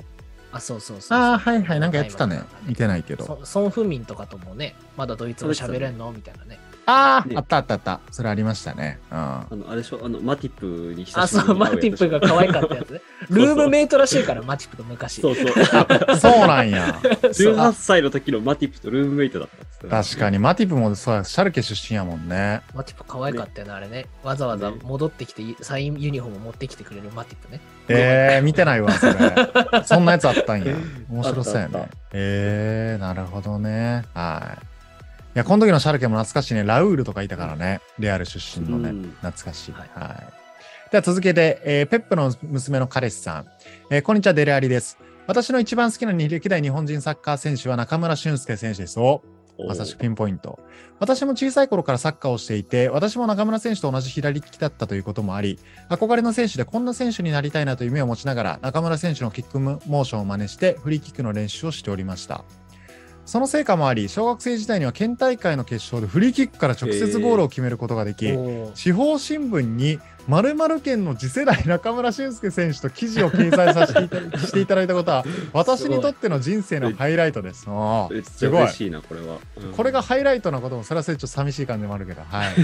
あ、そうそうそうそう。ああ、はいはい、なんかやってたねタイマーとか。見てないけど。そソン・フンミンとかともね、まだドイツ語喋れんのみたいなね。ああ、ねあったあったあった。それありましたね。うん。 あの、あれでしょ、あの、マティップにあ、久しぶりそう、にマ会うティやッつでしょプが可愛かったやつね。ルームメイトらしいから、マティップと昔。そうそう。そうなんや。そう18歳の時のマティップとルームメイトだったんですよね確かに、マティプもそうや、シャルケ出身やもんね。マティップ可愛かったよね、あれね。わざわざ戻ってきて、サインユニフォーム持ってきてくれるマティップね。えー、見てないわ、 それ。そんなやつあったんや。面白そうやあったあねっ。えー、なるほどね。はい。いや、この時のシャルケも懐かしいね。ラウールとかいたからね。レアル出身のね。うん懐かしい。ははいい。では続けて、えーペップの娘の彼氏さん。えーこんにちは、デレアリです。私の一番好きな歴代日本人サッカー選手は中村俊輔選手です。おおーまさしくピンポイント。私も小さい頃からサッカーをしていて、私も中村選手と同じ左利きだったということもあり、憧れの選手でこんな選手になりたいなという夢を持ちながら、中村選手のキックモーションを真似して、フリーキックの練習をしておりました。その成果もあり、小学生時代には県大会の決勝でフリーキックから直接ゴールを決めることができ、おー地方新聞に〇〇県の次世代中村俊輔選手と記事を掲載させていたしていただい たことは私にとっての人生のハイライトです。おめっーちすゃごい嬉。しいな、これは。うんこれが、ハイライトなこともそれはそれでちょっと寂しい感じもあるけど、 はい、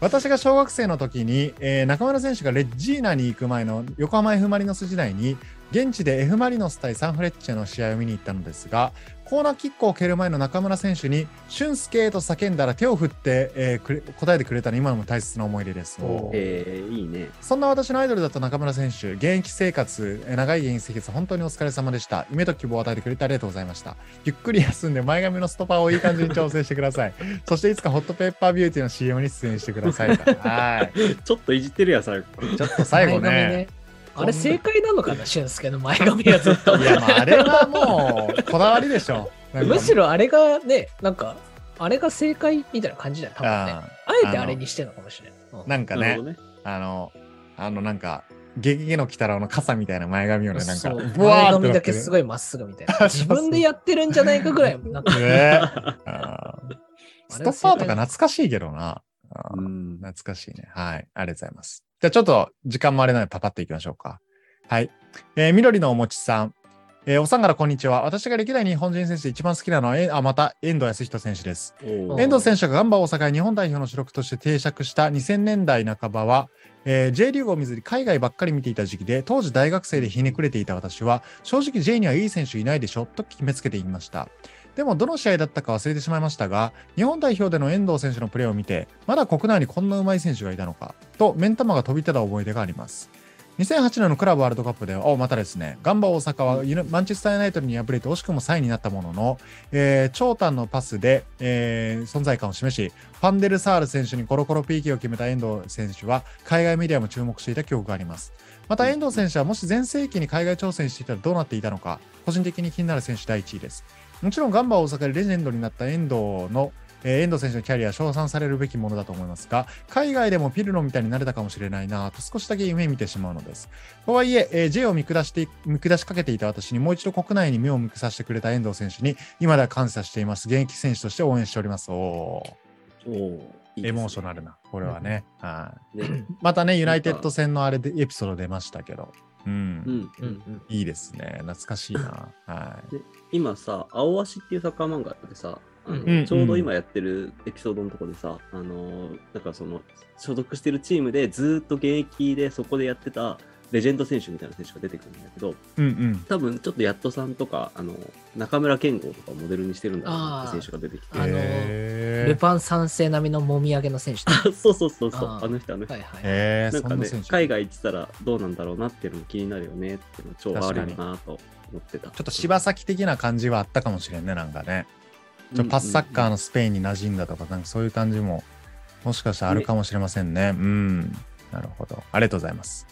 私が小学生の時に、えー中村選手がレッジーナに行く前の横浜 F ・マリノス時代に現地で F ・マリノス対サンフレッチェの試合を見に行ったのですがコーナーキックを蹴る前の中村選手に、俊介と叫んだら手を振って、えーくれ答えてくれたの今のも大切な思い出です。おーえー、いいね。そんな私のアイドルだった中村選手、現役生活、えー長い現役生活、本当にお疲れ様でした。夢と希望を与えてくれてありがとうございました。ゆっくり休んで前髪のストッパーをいい感じに調整してください。 そしていつかホットペッパービューティーの CM に出演してください。はい。ちょっといじってるやん、最後。ちょっと最後前髪ね。あれ正解なのかな、俊介の 前髪はずっ とい。や、まあ、あれはもう、こだわりでしょ。なんか むしろあれがね、なんか、あれが正解みたいな感じだよ、多分ね。ああえてあれにしてんのかもしれない。ーなんかなるねほ、どね。あの、あの、なんか、ゲゲゲの鬼太郎の傘みたいな前髪をうんね、なんか、そうブ前ワーって髪なだってけるすごいまっすぐみ 。たいなそうそう自分でやってるんじゃないかぐらい、なんか、ねあーストッパーとか懐かしいけどな。あ ーうん。懐かしいね。はい。ありがとうございます。じゃあちょっと時間もあれなのでパパッといきましょうか。はい。えー、緑のおもちさん。えーおさんからこんにちは。私が歴代日本人選手で一番好きなのは、えーあ、また遠藤康人選手です。おえー遠藤選手がガンバ大阪へ日本代表の主力として定着した2000年代半ばは、えー J リーグを見ずに海外ばっかり見ていた時期で当時大学生でひねくれていた私は正直 J にはいい選手いないでしょと決めつけていましたでもどの試合だったか忘れてしまいましたが日本代表での遠藤選手のプレーを見てまだ国内にこんな上手い選手がいたのかと目ん玉が飛び出た思い出があります2008年のクラブワールドカップでは、おまたですね、ガンバ大阪はユナマンチェスター・ユナイトに敗れて惜しくも3位になったものの、えー長短のパスで、えー存在感を示し、ファンデルサール選手にコロコロ PK を決めた遠藤選手は、海外メディアも注目していた記憶があります。また遠藤選手は、もし全盛期に海外挑戦していたらどうなっていたのか、個人的に気になる選手第1位です。もちろんガンバ大阪でレジェンドになった遠藤の、えー遠藤選手のキャリアは称賛されるべきものだと思いますが、海外でもピルノみたいになれたかもしれないなぁと少しだけ夢見てしまうのです。とはいええー、J を見下して、見下しかけていた私にもう一度国内に目を向けさせてくれた遠藤選手に、今では感謝しています。現役選手として応援しております。おおーーいいですねエモーショナルな、これはね。はいねまたね、ユナイテッド戦のあれでエピソード出ましたけど、うん、うんうんうんいいですね。懐かしいな。はい。今さ、青足っていうサッカー漫画でさ、あのうんちょうど今やってるエピソードのとこでさ、あのーなんかその、所属してるチームでずーっと現役でそこでやってたレジェンド選手みたいな選手が出てくるんだけど、うんうん。多分ちょっとやっとさんとか、あの、中村健吾とかをモデルにしてるんだろうなってあー選手が出てきてあ。のへ ルーパン三世並みのもみあげ の選手だ そうそうそうそう、あーあの人あの人。はいはい。へーなんかねそんな選、手海外行ってたらどうなんだろうなっていうのも気になるよねっていうの超あるよ確かなと思ってた。ちょっと柴崎的な感じはあったかもしれんね、なんかね。ちょうんパスサッカーのスペインに馴染んだとか、なんかそういう感じも、もしかしたらあるかもしれませんね。うん。なるほど。ありがとうございます。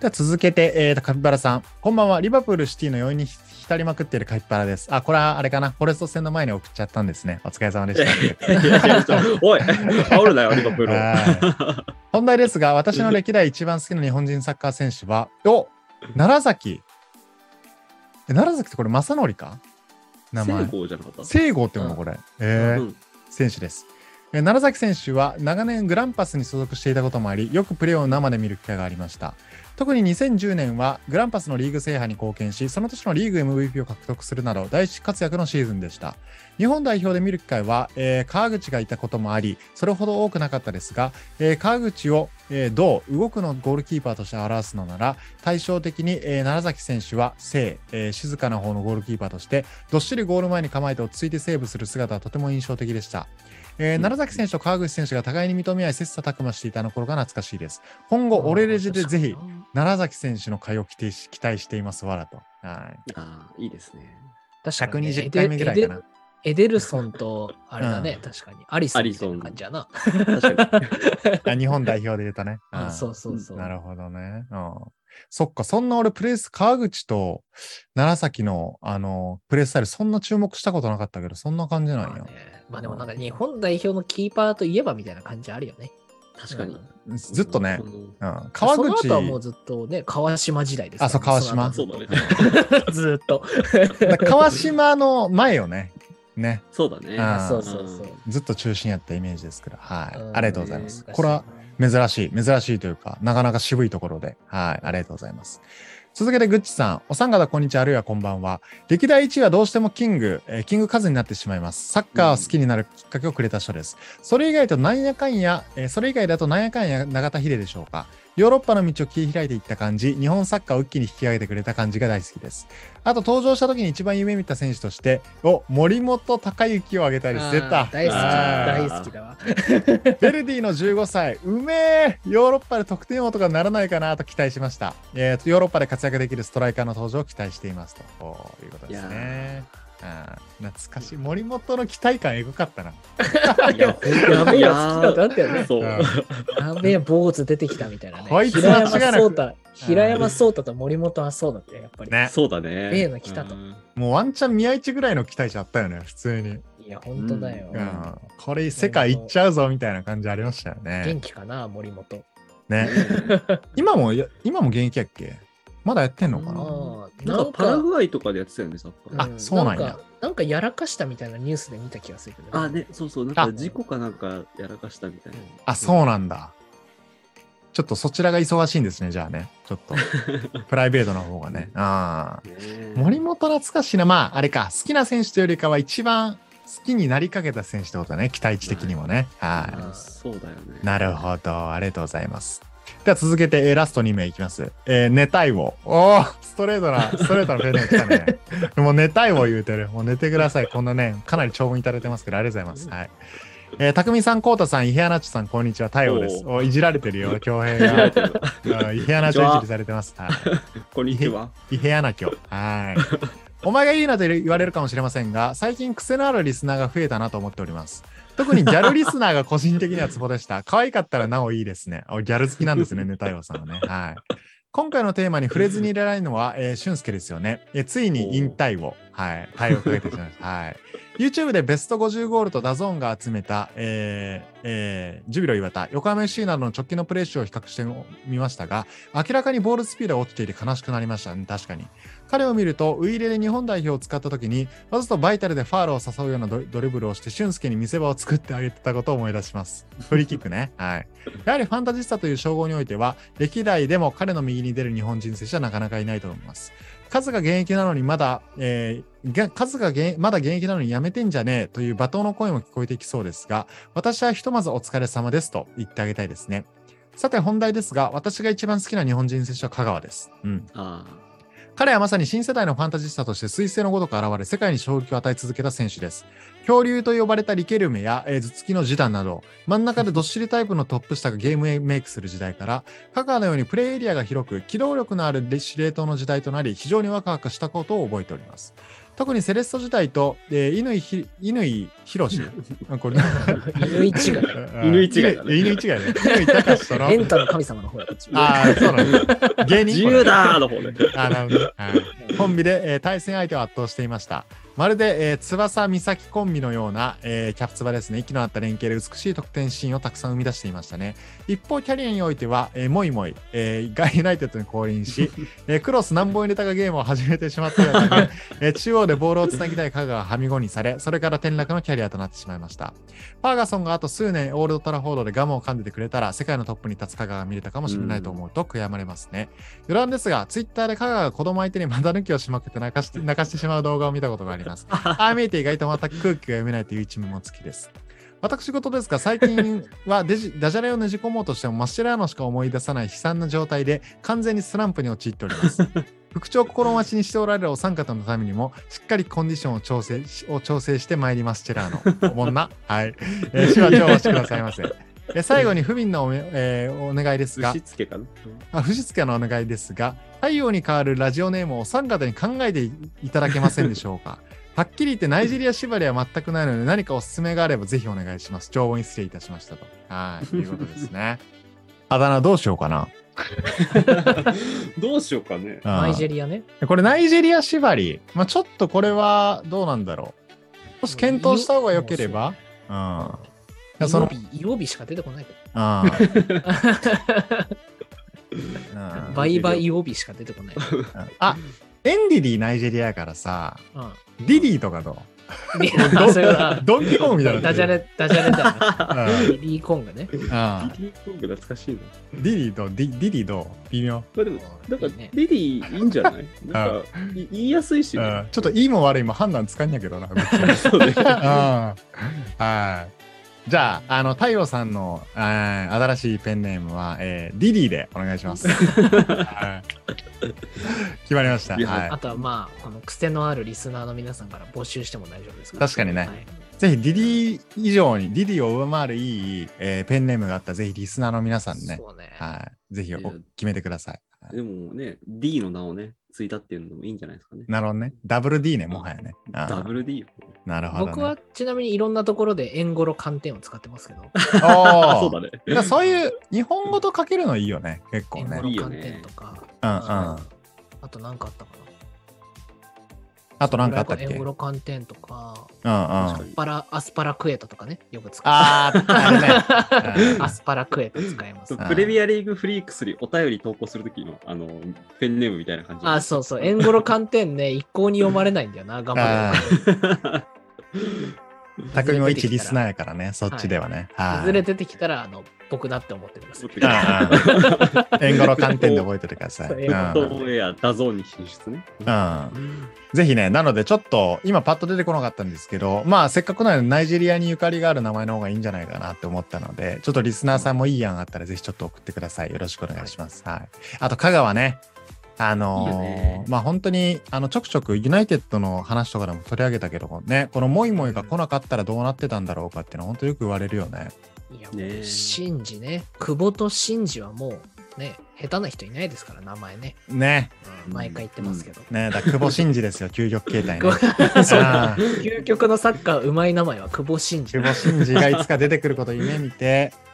では続けて、えーと、カピバラさん。こんばんは。リバプールシティの余韻に浸りまくっているカピバラです。あ、これはあれかな。フォレスト戦の前に送っちゃったんですね。お疲れ様でした。いやいやちょっとおい、煽るなよ、リバプールを。はい本題ですが、私の歴代一番好きな日本人サッカー選 手は、お奈良崎。え奈良崎ってこれ、正則か名成前。功じゃなかった聖郷っていうのこれ。えーうん選手です。えー楢崎選手は長年グランパスに所属していたこともあり、よくプレーを生で見る機会がありました。特に2010年はグランパスのリーグ制覇に貢献し、その年のリーグ MVP を獲得するなど、大活躍のシーズンでした。日本代表で見る機会は、えー川口がいたこともあり、それほど多くなかったですが、えー川口を、えーどう動くのゴールキーパーとして表すのなら、対照的に、えー楢崎選手は静、えー静かな方のゴールキーパーとして、どっしりゴール前に構えて落ち着いてセーブする姿はとても印象的でした。えー、うん楢崎選手と川口選手が互いに認め合い、切磋琢磨していたあの頃が懐かしいです。今後、オレレジでぜひ、楢崎選手の会を期待し期待しています、わらと。はい。ああ、いいですね。確かにね120回目ぐらいかな。。エデエデルソンと、あれだね、確かに。アリソンアリみたソンいな感じやな。 確かに。 あ日本代表で出たね。あん そうそうそう。なるほどね。うん。そっか、そんな俺、プレース、川口と楢崎の、あの、プレースタイル、そんな注目したことなかったけど、そんな感じなんまあや。ねまあでもなんか日本代表のキーパーといえばみたいな感じあるよね。確かに。ずっとねそ、のうん。川口。その後はもうずっとね、川島時代ですからあ、そう、川島。そうだねね。ずっ と。だから川島の前よね。ね。そうだね。あー そうそうそう。ずっと中心やったイメージですから。はい。うんありがとうございます。難しこれは珍しい、珍しいというか、なかなか渋いところで。はい。ありがとうございます。続けてグッチさん、お三方こんにちは、あるいはこんばんは。歴代1位はどうしてもキング、えーキングカズになってしまいます。サッカーを好きになるきっかけをくれた人です。それ以外となんやかんや、えーそれ以外だとなんやかんや永田秀でしょうか。ヨーロッパの道を切り開いていった感じ、日本サッカーを一気に引き上げてくれた感じが大好きです。あと登場した時に一番夢見た選手として、お、森本隆之を挙げたいです。出あたー。大好き、あー大好きだわ。ベルディの15歳、うめえヨーロッパで得点王とかならないかなと期待しました。えー、ヨーロッパで活躍できるストライカーの登場を期待していますとこういうことですね。あー懐かしい。森本の期待感エグかったな。いや、ほんとやべえやつ来たってなったよね。そうう。んやべえ、坊主出てきたみたいなね。こいつ平間違い山なく壮太、平山壮太と森本はそうだったよ、やっぱり。ね。そうだね。例の来たとうんもうワンチャン宮市ぐらいの期待値あったよね、普通に。いや、本当だよ。ううん、これ世界行っちゃうぞみたいな感じありましたよね元。気かな、森本。ね今もや、今も現役やっけまだやってんのかなあーなんかパラグアイとかでやってたよね、サッカー。あそうなんやかなんかやらかしたみたいなニュースで見た気がするけど、あ、ね、そうそう、なんあか事故かなんかやらかしたみたいな。あ、そうなんだ。ちょっとそちらが忙しいんですね、じゃあね。ちょっと。プライベートの方がね。ああ。ねえ森本懐かしいな。まあ、あれか。好きな選手というよりかは一番好きになりかけた選手ってことだね。期待値的にもね。はい。あそうだよね。なるほど。ありがとうございます。では続けて、えーラスト2名いきます。えー、寝たいを。おーストレートな、ストレートなプレゼント来たね。 もう寝たいを言うてる。もう寝てください。こんなね、かなり長文いただいてますけど、ありがとうございます。はい。えー、たくみさん、こうたさん、伊平アナチさん、こんにちは。太陽です。おおいじられてるよ、恭いや平でもが。 うん伊平アナチをいじりされてます。はい。こんにちは。異変穴きょ。はい。お前がいいなと言われるかもしれませんが、最近癖のあるリスナーが増えたなと思っております。特にギャルリスナーが個人的にはツボでした。可愛かったらなおいいですね。おギャル好きなんですね、ネタイワさんはね。はい。今回のテーマに触れずにいられないのは、えー、俊介ですよね。えーついに引退を、はい、対応かけてしまいました。はい。YouTube でベスト50ゴールとダゾーンが集めた、えーえージュビロ磐田、横浜 FC などの直近のプレー集を比較してみましたが、明らかにボールスピードが落ちていて悲しくなりましたね、確かに。彼を見ると、ウイイレで日本代表を使った時に、わざとバイタルでファールを誘うようなドドリブルをして、俊介に見せ場を作ってあげてたことを思い出します。フリーキックね。 はい。やはりファンタジスタという称号においては、歴代でも彼の右に出る日本人選手はなかなかいないと思います。数が現役なのにまだ、えーが数が現まだ現役なのにやめてんじゃねえという罵倒の声も聞こえてきそうですが、私はひとまずお疲れ様ですと言ってあげたいですね。さて本題ですが、私が一番好きな日本人選手は香川です。うん。ああ。彼はまさに新世代のファンタジスタとして彗星のごとく現れ、世界に衝撃を与え続けた選手です。恐竜と呼ばれたリケルメや、えー頭突きのジダンなど、真ん中でどっしりタイプのトップ下がゲームメイクする時代から、カカのようにプレイエリアが広く、機動力のある司令塔の時代となり、非常にワクワクしたことを覚えております。特にセレッソ時代と、えー、乾ひ乾宏志。あこれ、犬一が 犬乾違いだね犬一がね。乾隆とのエ。ンタの神様の方だこっちああ、そうなの。芸 人自由だーの方ね。 あなるほどねはいコンビで、えー対戦相手を圧倒していました。まるで、えー翼美咲コンビのような、えーキャプツバですね。息の合った連携で美しい得点シーンをたくさん生み出していましたね。一方、キャリアにおいては、えー、もいもい、えー、ガイユナイテッドに降臨 し、えークロス何本入れたかゲームを始めてしまったような ね、えー中央でボールをつなぎたい香川がはみごにされ、それから転落のキャリアとなってしまいました。ファーガソンがあと数年オールドトラフォードでガムを噛んでてくれたら、世界のトップに立つ香川が見れたかもしれないと思うと悔やまれますね。余談ですが、ツイッターで香川が子供相手にまだ抜きをしまくって泣かして 泣かしてしまう動画を見たことがあります。ああ見えて意外と全く空気が読めないという一面も好きです。私事ですが、最近は デジダジャレをねじ込もうとしても、真っ白なのしか思い出さない悲惨な状態で、完全にスランプに陥っております。副長心待ちにしておられるお三方のためにも、しっかりコンディションを調整しを調整してまいります、チェラーノ。おもんな。はい。えー、手話調和してくださいませ。え最後に不憫なおめ、えーお願いです寿が司、つけかな。あ不実家のお願いですが、太陽に変わるラジオネームをお三方に考えていただけませんでしょう か。はっきり言ってナイジェリア縛りは全くないので、何かおすすめがあればぜひお願いします。常温に失礼いたしましたと。はい、ということですね。 あだ名どうしようかな。 どうしようかね。うんナイジェリアね。これナイジェリア縛り。まあ、ちょっとこれはどうなんだろう。もし検討した方が良ければ。うん。いやその、イオビイオビしか出てこないけ うん。うど。んバイバイイオビ しか出てこない。あ、エンディディナイジェリアやからさ、うんディディとかどう リーそういうなドンキコングみたいになダってジャる。レ、ダジャレだよな。うんリリー・コンがね。うリんリー・コング懐かしいな。ディディどうディディディどう微妙。まあでも、なんかいいねリリーいいんじゃないなんか、い言いやすいしうね。んちょっといいも悪いも判断つかんやけどな。別にそうね。うんはい。じゃあ、あの、太陽さんの、えー新しいペンネームは、えーディディでお願いします。はい決まりました。いやはあとはまあ、この癖のあるリスナーの皆さんから募集しても大丈夫ですか確かにねはいい。ぜひ、ディディ以上に、ディディを上回るいい、えーペンネームがあったら、ぜひ、リスナーの皆さんね、そうね。はい。ぜひお、決めてください。でもね、D の名をね、ついたっていうのもいいんじゃないですかね。なるほどね。ダブル D ね、もはやね。あーダブル D よ。なるほど、ね。僕 はちなみにいろんなところで円語呂寒天を使ってますけど、あああ、そそううだだね。ね。そういう日本語と書けるのいいよね、結構円ね語。いいよ呂寒ね天とか、うんうん。ああと何かあったかなと何かあったっけフライパンうんうん。円ゴロ寒天とか、確かあにパラアスパラクエタとかね、よく使う。あー、あれね。う んアスパラクエタ使います。そうプレミアリーグフリークスにお便り投稿するときの、あの、ペンネームみたいな感じ。あ、 そうそう、円ゴロ寒天ね、一向に読まれないんだよな、頑張れ匠も一リスナーやからね、そっちではね。ば。いはずれい。出てきたら、あの、僕だって思ってください。円語の観点で覚えててください。そうう英語トんーエア、ダゾーンに進出ね。うんぜひね、なのでちょっと今パッと出てこなかったんですけど、まあせっかくなのでナイジェリアにゆかりがある名前の方がいいんじゃないかなって思ったので、ちょっとリスナーさんもいい案あったらぜひちょっと送ってください。よろしくお願いします。はい。あと香川ね、あいのーいよねまあ本当にあのちょくちょくユナイテッドの話とかでも取り上げたけどもね、このモイモイが来なかったらどうなってたんだろうかっていうのは本当よく言われるよね。いや、ねえシンジね、久保とシンジはもう、ね、下手な人いないですから、名前ね。ね、うん毎回言ってますけど。ね、だから久保真 司ですよ、究極形態ね。そうあー究極のサッカーうまい名前は久保シンジ久。保真司がいつか出てくることを夢見て、うん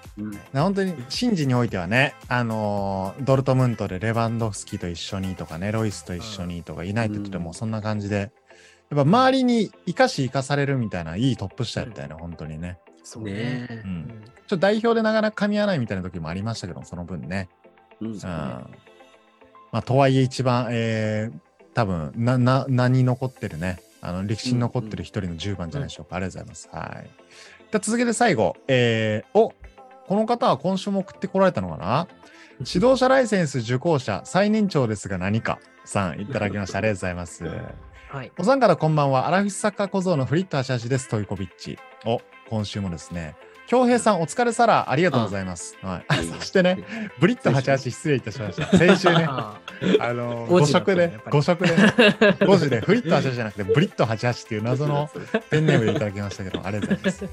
な本当に、シンジにおいてはね、あのードルトムントでレバンドフスキと一緒にとかね、ロイスと一緒にとか、ユナイテッドでもそんな感じで、やっぱ周りに生かし生かされるみたいな、いいトップ下やったよね、本当にね。そうねね。えう。。うんんちょっと代表でなかなか噛み合わないみたいな時もありましたけど、その分ね。うんうん。まあ、とはいえ一番、えー、多分な、な、名に残ってるね、あの、歴史に残ってる一人の10番じゃないでしょうか。ありがとうございます。はい。じゃあ続けて最後、えー、おこの方は今週も送ってこられたのかな指導者ライセンス受講者最年長ですが何かさんいただきました。ありがとうございます。 はい。お三方こんばんは。アラフィフサッカー小僧のフリット足足です。トイコビッチ。お、今週もですね。京平さんお疲れさらありがとうございます。はい。そしてね、ブリット88失礼いたしました。先週ね、ああのー、五5時だった色ねでやっ、ぱり5色で、5時でフリット88じゃなくてブリット88っていう謎 のペンネームでいただきましたけど、ありがとうございます。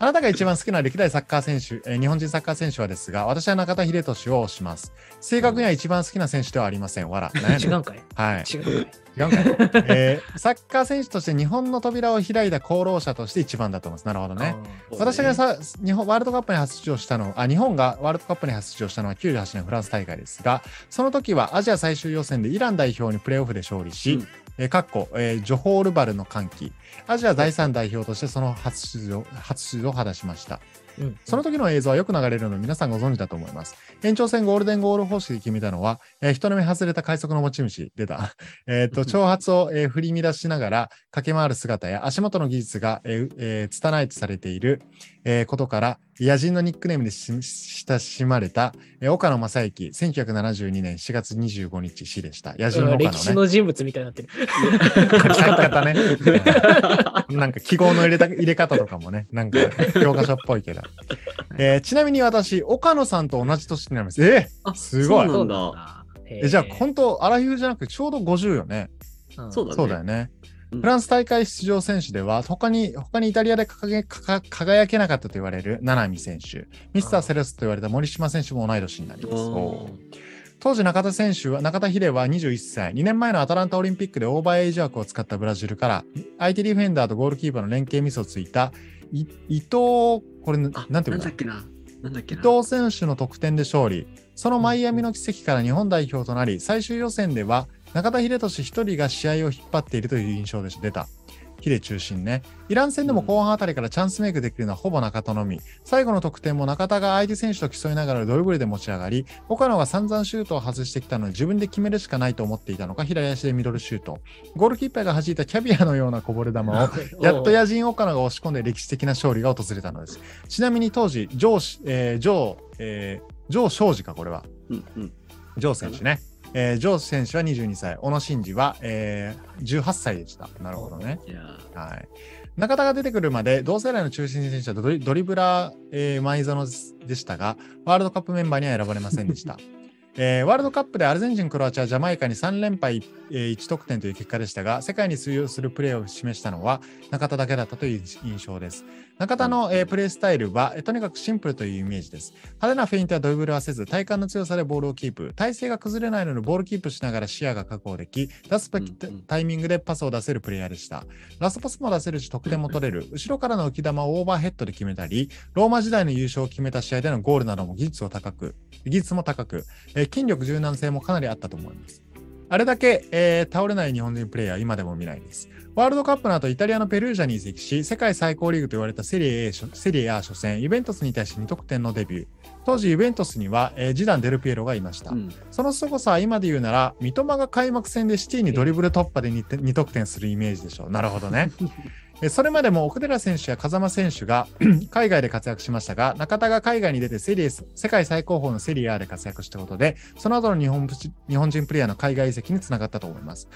あなたが一番好きな歴代サッカー選手、えー日本人サッカー選手はですが、私は中田英寿を推します。正確には一番好きな選手ではありません。わら。あ何や違ねんう。んかいはい。違うんかい違うんかいえーサッカー選手として日本の扉を開いた功労者として一番だと思います。なるほどね。うん私がさ日本ワールドカップに初出場したのあ日本がワールドカップに初出場したのは98年フランス大会ですがその時はアジア最終予選でイラン代表にプレーオフで勝利し、うんえーかっこえージョホールバルの歓喜アジア第3代表としてその初出場初出場を果たしましたうんその時の映像はよく流れるので皆さんご存知だと思います。延長戦ゴールデンゴール方式で決めたのは、えー人の目外れた快速の持ち主、出た。 えーっ と、挑発を、えー振り乱しながら駆け回る姿や足元の技術が、えーえー拙いとされている、えーことから、野人のニックネームでし親しまれた、えー岡野正幸、1972年4月25日死でした。野人の岡野ね。歴史の人物みたいになってる。書き方ね。 なんか記号の入れた入れ方とかもね、なんか教科書っぽいけ ど。えーちなみに私、岡野さんと同じ年になります。えあすごいそうなんだだ。えじゃあ、ん本当、アラヒフじゃなくてちょうど50よね。そうだね。そうだよね。うんフランス大会出場選手では、他に、他にイタリアで掲げかか輝けなかったと言われる七海選手、ミスターセレスと言われた森島選手も同い年になります。おー当時中田選手は中田秀は21歳2年前のアタランタオリンピックでオーバーエイジ枠を使ったブラジルから相手ディフェンダーとゴールキーパーの連携ミスをついたい伊藤これなあ、ななんんていうのだかっけな。なんだっけ伊な。藤選手の得点で勝利そのマイアミの奇跡から日本代表となり最終予選では中田英寿1人が試合を引っ張っているという印象でした出たヒデ中心ね。イラン戦でも後半あたりからチャンスメイクできるのはほぼ中田のみ。最後の得点も中田が相手選手と競いながらドリブルで持ち上がり、岡野が散々シュートを外してきたのに自分で決めるしかないと思っていたのか、左足でミドルシュート。ゴールキーパーが弾いたキャビアのようなこぼれ球を、 やっと野人岡野が押し込んで歴史的な勝利が訪れたのです。ちなみに当時、ジョーし、えー、ジョー、えー、ジョー庄司か、これは。うんうん。ジョー選手ね。えー、ジョー選手は22歳、小野伸二は、えー、18歳でした。なるほどね。いやーはい。中田が出てくるまで同世代の中心選手はドリドリブラー、えー前園でしたが、ワールドカップメンバーには選ばれませんでした。 えーワールドカップでアルゼンチン、クロアチア、ジャマイカに3連敗、えー1得点という結果でしたが、世界に通用するプレーを示したのは中田だけだったという印象です。中田の、えープレースタイルは、えーとにかくシンプルというイメージです。派手なフェイントやドリブルはせず、体幹の強さでボールをキープ、体勢が崩れないのでボールキープしながら視野が確保でき、出すべきうんうんタイミングでパスを出せるプレイヤーでした。ラストパスも出せるし得点も取れる、後ろからの浮き球をオーバーヘッドで決めたり、ローマ時代の優勝を決めた試合でのゴールなども技術を高く、技術も高く、えー筋力柔軟性もかなりあったと思います。あれだけ、えー倒れない日本人プレイヤー、今でも見ないです。ワールドカップの後、イタリアのペルージャに移籍し、世界最高リーグと言われたセリエ A 初セリエ A 初戦、ユベントスに対して2得点のデビュー。当時、ユベントスには、えージダン・デルピエロがいました。うんその凄さは今で言うなら、三笘が開幕戦でシティにドリブル突破で 2, 2得点するイメージでしょう。なるほどね。えそれまでも奥寺選手や風間選手が海外で活躍しましたが、中田が海外に出てセリエ世界最高峰のセリアで活躍したことで、その後の日本プチ日本人プレイヤーの海外移籍につながったと思います。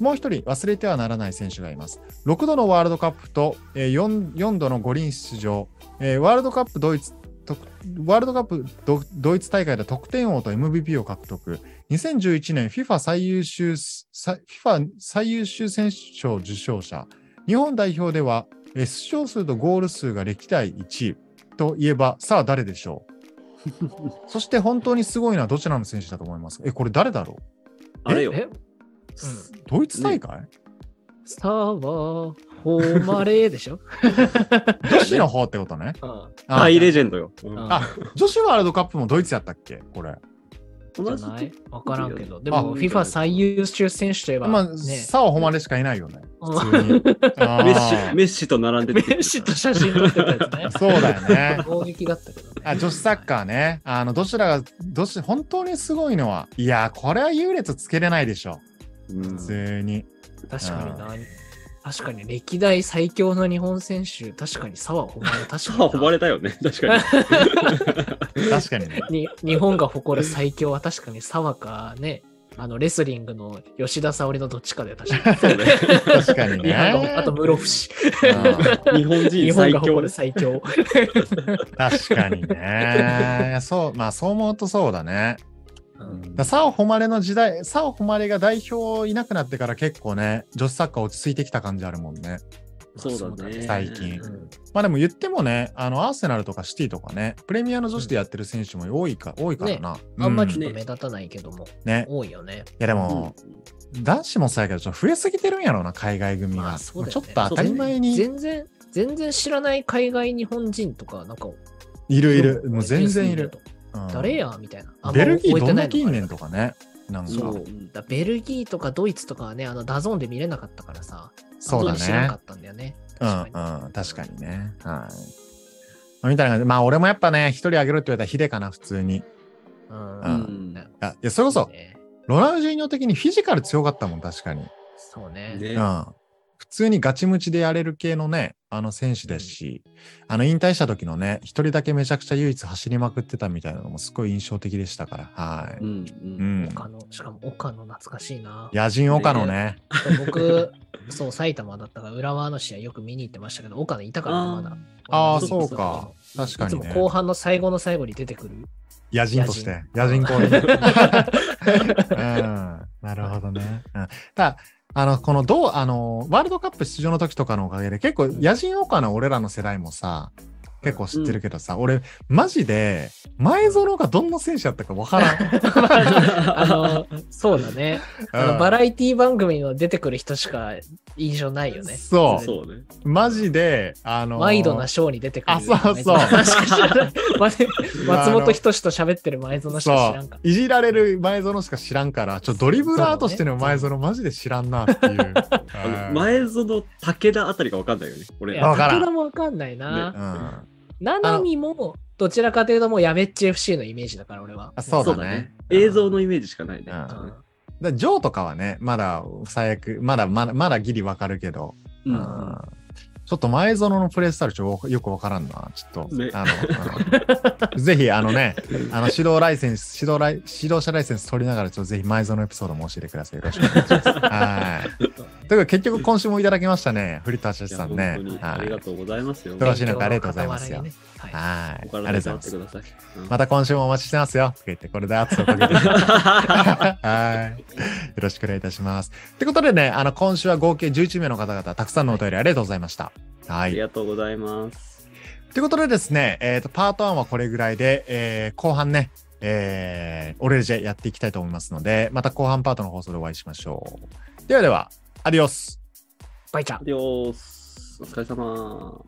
もう一人忘れてはならない選手がいます。6度のワールドカップと 4, 4度の五輪出場、えーワールドカップドイツとワールドカップドドイツ大会で得点王と MVP を獲得。2011年 FIFA 最優秀さ FIFA 最優秀選手賞受賞者。日本代表ではえー出場数とゴール数が歴代1位といえば、さあ誰でしょう そして本当にすごいのはどちらの選手だと思いますえ、これ誰だろうあれよ。えドイツ大会、さあは、誉れでしょ女子の方ってことね。ああ大レジェンドよ。うんああ女子ワールドカップもドイツやったっけこれ。じ同ゃじな時いわからんけど。であも、FIFA 最優秀選手といえば、まあ、ね、さあ誉れしかいないよね。うん普 通に。あー。メッシ、メッシと並んでメ出てくるッシと写真撮ってたやつねそうだよね。攻撃だったけどね。あ女子サッカーね。あの、どちらが、どち本当にすごいのは、いやー、これは優劣つけれないでしょ。うん普通に。確かにな。確かに歴代最強の日本選手、確かに澤穂れ確かさにあ、な。誉れたよね。確かに。確かにね。 に日本が誇る最強は確かに澤かね、あのレスリングの吉田沙保里のどっちかで確かに。そうね確かにリね。ハとあと 室伏。うん日本日人本最が誇強る。最強。確かにね。 そう、まあ、そう思うとそうだね。うんだサオ・ホマレの時代、サオ・ホマレが代表いなくなってから結構ね、女子サッカー落ち着いてきた感じあるもんね。そうだね。最近うんまあでも言ってもね、あの、アーセナルとかシティとかね、プレミアの女子でやってる選手も多いか、多いからな。うあんまりちょねっと目立たないけども、多いよね。いやでも、男子もそうやけど、ちょっと増えすぎてるんやろうな、海外組が。まあそうだちよょっねと当たり前に。全然、全然知らない海外日本人とか、なんか、いるいよる。くもう全然いるニュース。見とうん誰やみたいな。あんまベルギー覚どえてんなないの近年かとかね。なんか。そう。だベルギーとかドイツとかはね、あのダゾーンで見れなかったからさ、そうだ後で知らなねか。ったんだよね。うんうん、確かにね。はい。まあみたいな感じで、まあ俺もやっぱね、一人あげろって言われたらヒデかな、普通に。いうんううんねや、いやそれこそ、ねロナウジーニョ的にフィジカル強かったもん、確かに。そうね。うん。普通にガチムチでやれる系のね、あの選手ですし、あの引退した時のね、一人だけめちゃくちゃ唯一走りまくってたみたいなのもすごい印象的でしたから、はうい。んううんん。岡野、しかも岡野懐かしいな。野人岡野ね。僕、そう、埼玉だったから、浦和の試合よく見に行ってましたけど、岡野いたからね、まだ。ああ、うんそうか。。確いかつにもね。後半の最後の最後に出て くる。野人として、野人公に。 うんなるほどね。うん、ただあのこのどうあのワールドカップ出場の時とかのおかげで結構野人岡の俺らの世代もさ結構知ってるけどさ、俺、マジで、前園がどんな選手だったかわから ん。あの、そうだね。あうのんバラエティ番組の出てくる人しか印象ないよね。そう常にそうね。マジで、あのーワイドなショーに出てくる。あそうそう前園し か知らないまねまああ松の本人志と喋ってる前園しか知らんかそういじられる前園しか知らんからちょドリブラーとしての前園マジで知らんなっていう あのうん前園、武田あたりが分かんないよね。ら。い俺、や、わからん武田もわかんないなう。んななみも、どちらかというともうやべっち FC のイメージだから俺は。あそうだね映像のイメージしかないね。うんうんだジョーとかはね、まだ最悪、まだまだまだギリわかるけど、うんうんちょっと前園のプレイスタイルちょよくわからんな、ちょっと。ねあのうんぜひ、あ のね、あの指導ライセンス指導ライ、指導者ライセンス取りながら、ちょっとぜひ前園のエピソードも教えてください。よろしくお願いします。はい。ということで、結局今週もいただきましたね、古田敦い史やさん本ね当に。あはりがい。とうございますよ。よろしいのかありがとうございますよ勉強の塊ねははい。いありおがと体にうご気ざいをまつけて。くすださい。うんまた今週もお待ちしてますよ。とか言って、これで圧をかけて。はい。よろしくお願いいたします。ってことでね、あの、今週は合計11名の方々、たくさんのお便りありがとうございました。はあい。りがとうございます。ということでですね、えー、とパート1はこれぐらいで、えー後半ね、えー、オレンジェやっていきたいと思いますので、また後半パートの放送でお会いしましょう。ではでは、アディオスバイチャア。ディオスお疲れ様。